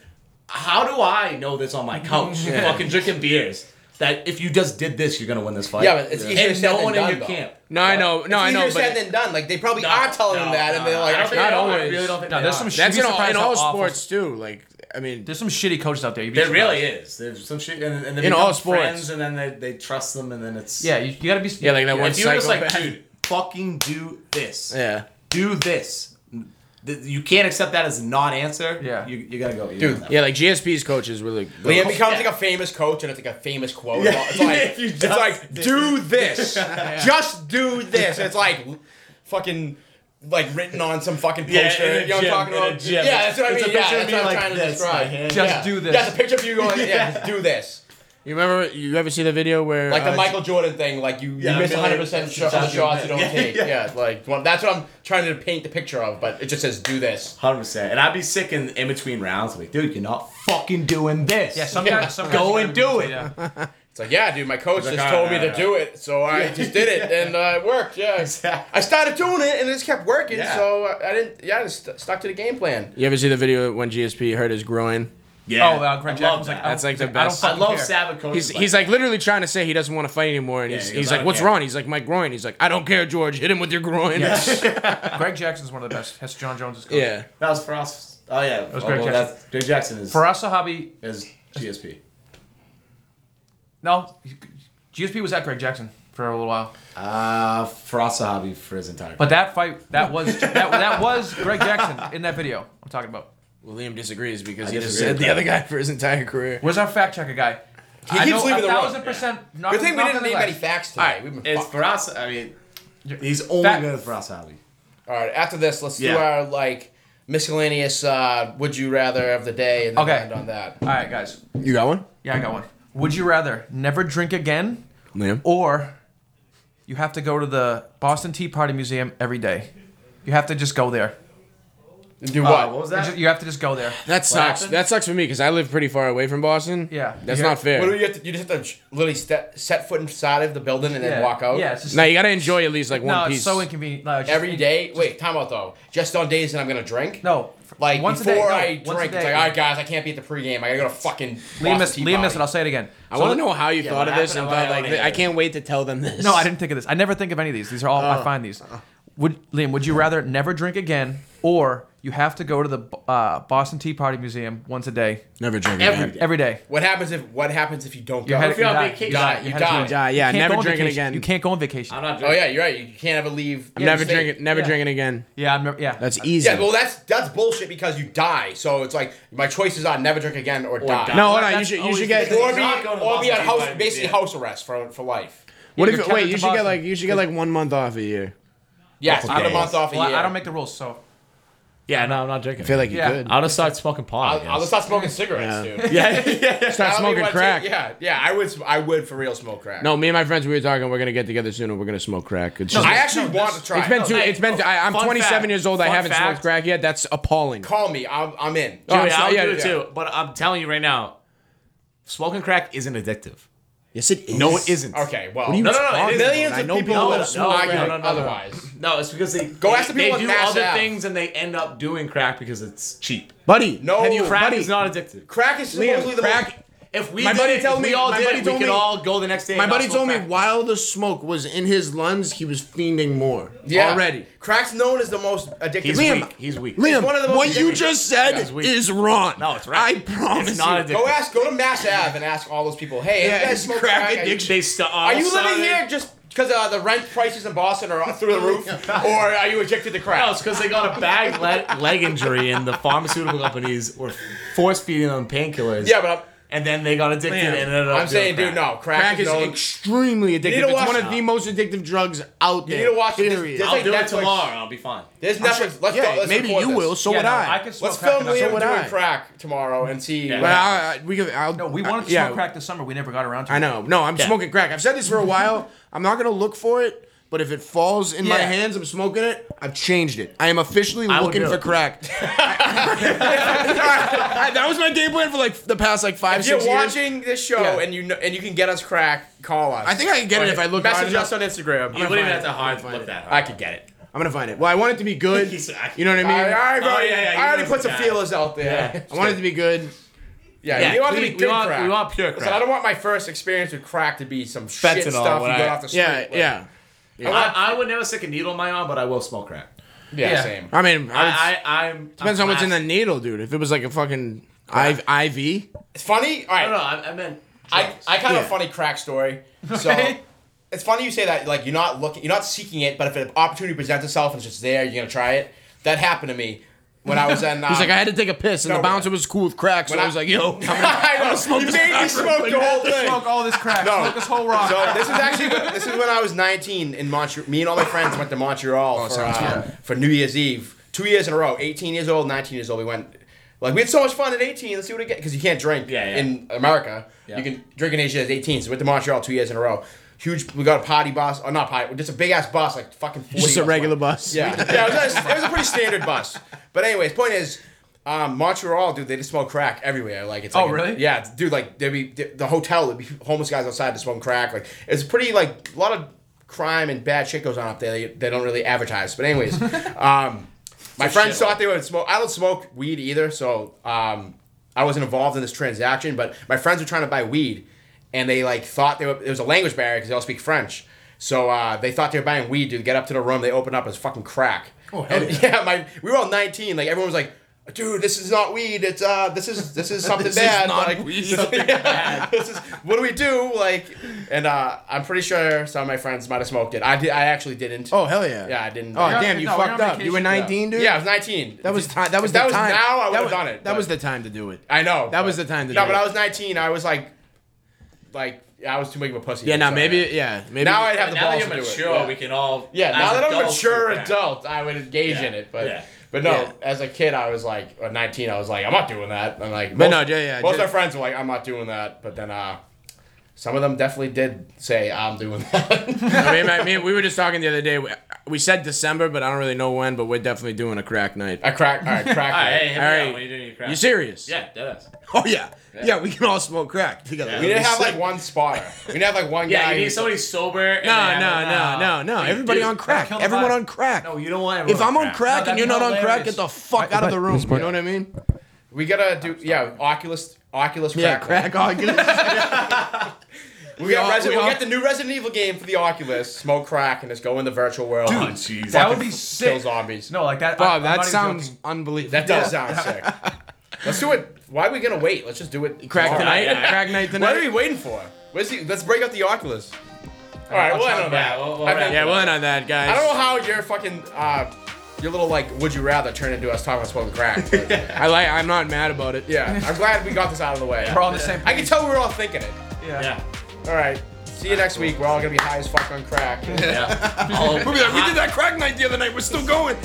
how do I know this on my couch, fucking drinking beers? That if you just did this, you're gonna win this fight.
Yeah, but it's easier
and
said
no
than
one
done,
in your
though.
camp.
No, I know. No, I know.
Easier
But
said than done. Like they probably
No,
are telling
no,
them that, and
no,
they're
no.
like,
I don't think
not
they are. I
always.
really don't think
No,
they
there's
are.
some shit-
that's
You'd
in
be
all, in
surprised how
all
awful-
sports too. Like, I mean,
There's some shitty coaches out there. You'd be
There
surprised.
really is. There's some shit, and, and they
In
become
all sports.
friends, and then they, they trust them, and then it's
Yeah, you, you gotta be.
yeah, like that
If
one
you're just like,
psychopath.
dude, fucking do this.
yeah.
Do this. Th- You can't accept that as a non-answer.
Yeah.
you, you gotta go. You
Dude,
know.
Yeah, like GSP's coach is really.
Liam becomes like a famous coach, and it's like a famous quote. It's like,
If you
it's
just
like
did
do this, just do this. It's like fucking like written on some fucking
Yeah,
poster.
in a
you know what I'm
gym,
talking
in
about?
a gym.
Yeah, that's what I
It's
mean.
a
Yeah,
picture of
that's
me
what I'm
like
trying to
this, my
describe.
hand.
Yeah.
Just do this.
Yeah, the picture of you going. Yeah, just do this.
You remember? You ever see the video where
Like the
uh,
Michael Jordan thing, like you,
Yeah,
you miss
a
100
million
percent
shots
shots,
you
shots you
miss.
don't
Yeah,
take. Yeah, like one, that's what I'm trying to paint the picture of, but it just says do this.
Hundred percent, and I'd be sick in, in between rounds. Like, dude, you're not fucking doing this.
Yeah, some
Yeah.
guys. Some
Go
guys
and
gotta
do
be-
it.
Yeah.
It's like, yeah, dude, my coach
He's
just
like, "Ah,
told me
yeah,
to
yeah."
do it, so I just did it, and uh, it worked. Yeah,
Exactly.
I started doing it, and it just kept working.
Yeah.
So uh, I I didn't. Yeah, I just st- stuck to the game plan.
You ever see the video when GSP hurt his groin?
yeah.
Oh, uh, Greg
I
Jackson's
love
like,
that.
I
That's
don't-
like the
I don't
best.
I
fucking
love
care.
Savage coach.
He's, he's like literally trying to say he doesn't want to fight anymore, and he's,
he
he's
goes, "I
like,
don't
"What's
care."
wrong?" He's like, "My groin." He's like, "I don't care, George. Hit him with your groin."
Greg Jackson's one of the best. That's John Jones' coach.
yeah.
that was for us. Oh yeah, that
was Greg Jackson.
Greg Jackson is
For us, a hobby.
is GSP.
No, GSP was at Greg Jackson for a little while.
Uh, Frosahabi for his entire.
But that fight, that was that, that was Greg Jackson in that video I'm talking about.
Well, Liam disagrees because he
disagree
said
with
the
that.
other guy for his entire career.
Where's our fact checker guy?
He
I
keeps
know
leaving
a
the room.
thousand percent. Not,
Good thing we
not
didn't
on the
name
list.
any facts
All
tonight.
right,
We've been
it's
fucked.
for us. I mean, he's only
Fact-
good at Frosahabi.
All right, after this, let's do
Yeah.
our like miscellaneous uh, would you rather of the day, and then
Okay.
end on that.
All right, guys.
You got one,
Yeah, I got one. Would you rather never drink again,
Liam?
or you have to go to the Boston Tea Party Museum every day? You have to just go there.
Do what?
Oh, what was
You
that?
ju- You have to just go there.
That sucks.
happened?
That sucks for me because I live pretty far away from Boston.
Yeah.
That's
Yeah.
not fair.
What do you have to? You just have to sh- literally step, set foot inside of the building and
yeah.
then walk out.
Yeah, it's just
now you gotta enjoy at least like one
no,
piece.
it's so inconvenient. No, it's just-
Every day. Wait, time out though. Just on days that I'm gonna drink.
No,
Like
once
before
a
I
day, no, once
drink,
a
it's
day.
like, all right, guys, I can't be at the pregame. I gotta go to fucking.
Liam
Boston
missed,
Tea
Liam
Party.
missed it. I'll say it again.
I want to know how you thought
what
of this and
happened?
thought
I wanna
like
hear
I
it.
can't wait to tell them this.
No, I didn't think of this. I never think of any of these. These are all I find these. Would Liam? Would you rather never drink again, or you have to go to the uh, Boston Tea Party Museum once a day,
Never drink
Every
again.
day.
every day?
What happens if What happens if you don't
Your
go?
head-
If you
you
don't
die. You
vacation, you
die.
die. You
Your head-
die.
die. Yeah,
You can't
never
go on
drinking
vacation.
again.
You can't go on vacation.
I'm not
Oh
drinking.
yeah, you're right. You can't ever leave.
I'm never
the state.
drinking. Never
Yeah.
drinking again.
yeah, I'm never, yeah.
That's easy.
Yeah, well, that's that's bullshit because you die. So it's like my choices are never drink again or, die.
die.
no, hold on. You
That's
should. You
always
should
the
get.
thing.
or be,
Not going to
or be on
Boston
house,
Tea Party
basically
Museum.
house arrest for for life.
What
You're
if?
tethered
Wait,
to
you should get
Boston.
like. You should get like one month off a year.
Yeah, it's not a
days.
month off a
Well,
year.
I don't make the rules, so
yeah, no, I'm not drinking.
I feel like you
Yeah.
could.
I'll just start smoking pot.
I'll, I'll just stop smoking cigarettes, dude.
yeah,
Start
yeah.
I don't even
smoking
wanna
crack.
take- yeah, yeah, I would, I would for real smoke crack.
No, me and my friends we were talking. We're gonna get together soon and we're gonna smoke crack. It's just-
I actually
No,
want
this-
to try.
it's been
it.
too.
hey,
It's been. I, I'm
fun
27
fact.
years old. I
Fun
haven't smoked
fact.
crack yet. That's appalling.
Call me. I'm, I'm in.
Oh,
Dude,
so-
I'll
yeah,
do it
yeah.
too. But I'm telling you right now, smoking crack isn't addictive.
Yes, it is.
No, it isn't.
Okay, well,
What are you
No, no, no, it
talking
is.
about?
millions
I
of
know
people
people
No,
that
no,
smoke
argue
no, no, no.
otherwise.
No, it's because they
Go ask the
they
people
do
at Mass
other
Ave.
things and they end up doing crack because it's cheap.
buddy.
No,
have you
Oh, Crack
buddy,
is not addictive.
Crack is supposedly
Liam,
the
crack.
most.
If we
My
did
buddy
it, if
told me-
we all
my
did
buddy
it, we
told
could
me-
all go the next day.
My
and
buddy
not
told me
smoke crack.
while the smoke was in his lungs, he was fiending more
Yeah.
already.
Crack's known as the most addictive.
He's
Liam,
weak. He's weak.
Liam,
one of the most
what you
addictive-
just said
it's weak.
is wrong.
No, it's right.
I promise
It's not
you.
addictive.
Go ask. Go to Mass Ave and ask all those people. Hey,
Yeah,
yeah, you guys
it's
smoke
crack
crack,
addiction.
They st- uh,
Are you living here just because uh, the rent prices in Boston are through the roof, or are you addicted to crack?
No, it's because they got a bad le- leg injury, and the pharmaceutical companies were force feeding them painkillers.
Yeah, but I'm,
and then they got addicted
Man,
and ended up.
I'm
doing
saying,
crack.
dude, no, crack,
Crack
is
is
known.
extremely addictive.
to
It's
watch
one
now.
of the most addictive drugs out there.
need to watch this-
period.
this-
I'll
like
do it
Netflix.
tomorrow. I'll be fine.
There's Netflix. Let's
yeah,
go. Let's
maybe
record
you
this.
will. So
Yeah,
would
no,
I.
I can smoke
Let's
crack
film
and I smoke
Liam
would
doing
I.
crack tomorrow and see.
Yeah.
what
But
happens.
I, I- we could, I'll,
No, we
I-
wanted to
yeah,
smoke crack this summer. We never got around to it.
I know. No, I'm
Yeah.
smoking crack. I've said this for a while. I'm not gonna look for it, but if it falls in my
Yeah.
hands, I'm smoking it. I've changed it. I am officially
would
looking
do
for
it.
crack. I- that was my game plan for like the past like five,
If
six
you're
years.
watching this show
Yeah.
and you know, and you can get us crack, call us.
I think I can get it if I look hard
Message
enough.
us on Instagram.
You
gonna
wouldn't even
find
have
it.
to
I'm
hard
gonna
look
find
that hard.
I could get it.
I'm gonna find it. Well, I want it to be good.
He said I can-
you know what I mean?
All right, all right, bro.
Oh, yeah, yeah,
I
you
already
know
put some
that.
feelers out there.
I want it to be good.
Yeah,
Yeah,
you want
we-
to be
we
good
want-
crack.
we want pure
So I
crack.
don't want my first experience with crack to be some
Fentanyl,
shit stuff you
when
get
I-
off the street.
Yeah,
with.
yeah, yeah.
I, I would never stick a needle in my arm, but I will smoke crack.
yeah,
Yeah.
Same.
I mean, I would,
I, I, I'm
depends
I'm
on what's in the
plastic.
needle, dude. If it was like a fucking I- IV,
It's funny. All right.
No, no, I, I meant.
I, I kind of
Yeah.
a funny crack story. So it's funny you say that. Like you're not looking, you're not seeking it, but if an opportunity presents itself and it's just there, you're gonna try it. That happened to me when I was in. Uh,
he's like, I had to take a piss, and
no,
the bouncer
but-
was cool with crack, so
when
I Oh,
I-
was like, yo,
I know. you made me smoke the whole thing.
Smoke all this crack.
No.
Smoke this whole rock.
So this is actually this is when I was 19 in Montreal. Me and all my friends went to Montreal for,
Oh, sounds
uh, for New Year's Eve. Two years in a row. 18 years old, 19 years old. We went. Like we had so much fun at 18. Let's see what it get because you can't drink
Yeah, yeah.
in America.
Yeah.
You can drink in Asia at 18. So we went to Montreal two years in a row. Huge. We got a potty bus. or not potty. Just a big ass bus, like fucking. 40
just a
of us
regular
went.
bus.
Yeah, yeah. It was, a, it was a pretty standard bus. But anyways, point is, um, Montreal, dude, they just smoke crack everywhere. Like it's
Oh,
like a-
really?
yeah, it's- dude. Like there'd be the hotel, there'd be homeless guys outside just smoking crack. Like it's pretty like a lot of crime and bad shit goes on up there. They, they don't really advertise. But anyways, um, my friends thought they would smoke. I don't smoke weed either, so um, I wasn't involved in this transaction. But my friends were trying to buy weed, and they like thought they were. It was a language barrier because they all speak French. So uh, they thought they were buying weed. Dude, get up to the room. They open up as fucking crack. Oh hell yeah! my we were all nineteen. Like everyone was like, "Dude, this is not weed. It's uh, this is this is something
This is
bad."
not
like,
weed.
yeah, this is what do we do? Like, and uh, I'm pretty sure some of my friends might have smoked it. I did. I actually didn't.
Oh hell yeah.
Yeah, I didn't.
Oh
Yeah.
damn, you
No, we're on
fucked up. You were
vacation.
19, dude.
Yeah, I was 19.
That was time. That was
If that
the
was
time.
now, I
That
would've
was-
done it,
That
but-
was the time to do it.
I know.
That was the time to
No,
do
but
it.
I was 19. I was like, like I was too big of a pussy.
Yeah, now
Sorry.
maybe. Yeah, maybe.
now I'd have
But
the
now that
balls
you're
to do it.
mature,
Yeah.
we can all.
Yeah,
as
now that I'm a
adults do
mature
crack.
adult, I would engage
Yeah.
in it. But
Yeah.
but no,
Yeah.
as a kid, I was like, or 19, I was like, I'm not doing that. I'm like,
But
most,
no, yeah, yeah,
most of
just-
my friends were like, I'm not doing that. But then uh, some of them definitely did say, I'm doing that.
I mean, I mean, we were just talking the other day. We, we said December, but I don't really know when. But we're definitely doing a crack night.
I crack, all right, crack.
All right,
it.
hey, hit
All
me up
right.
when you're doing your crack.
You serious?
Yeah, that is.
Oh yeah. yeah. we can all smoke crack. We,
We didn't have like one spotter. We didn't have like one
Yeah,
guy.
you need
who's-
somebody sober. and
No,
then-
no, no, no, no. Everybody
dude,
on crack.
kill the
Everyone
vibe.
on crack.
No, you don't want
If
everyone
I'm on crack
No,
and you're
that'd
not
be
on crack, get
hilarious.
the fuck out of the room. You know what I mean?
We gotta do, yeah, Oculus, Oculus crack.
Yeah,
night.
crack. all good.
We, got
all-
Resi-
we
we'll
all-
get the new Resident Evil game for the Oculus. Smoke crack and just go in the virtual world.
Oh,
and
jeez.
that would be
kill
sick.
zombies.
No, like that.
Bob,
I, I'm not
that
even
sounds
joking.
unbelievable.
that does sound sick. Let's do it. Why are we gonna wait? Let's just do it.
Crack
tomorrow.
tonight.
yeah.
Crack night
What are
tonight.
we waiting for? Where's the, let's break up the Oculus. All right, we'll end on that.
Yeah, we'll- we'll wrap
I've been-
it
Yeah, we'll end on that, guys.
I don't know how your fucking uh, your little like would you rather turned into us talking about smoking crack. but-
I like. I'm not mad about it.
yeah, I'm glad we got this out of the way.
We're all on the same
I can
page.
tell we were all thinking it.
Yeah.
All right. See you next week. We're all gonna be high as fuck on crack.
Yeah. All over.
We'll be like, we did that crack night the other night. We're still going.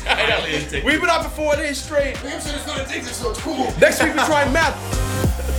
We've been up for four days straight.
Damn shit, it's not addictive, so it's cool.
Next week we try meth.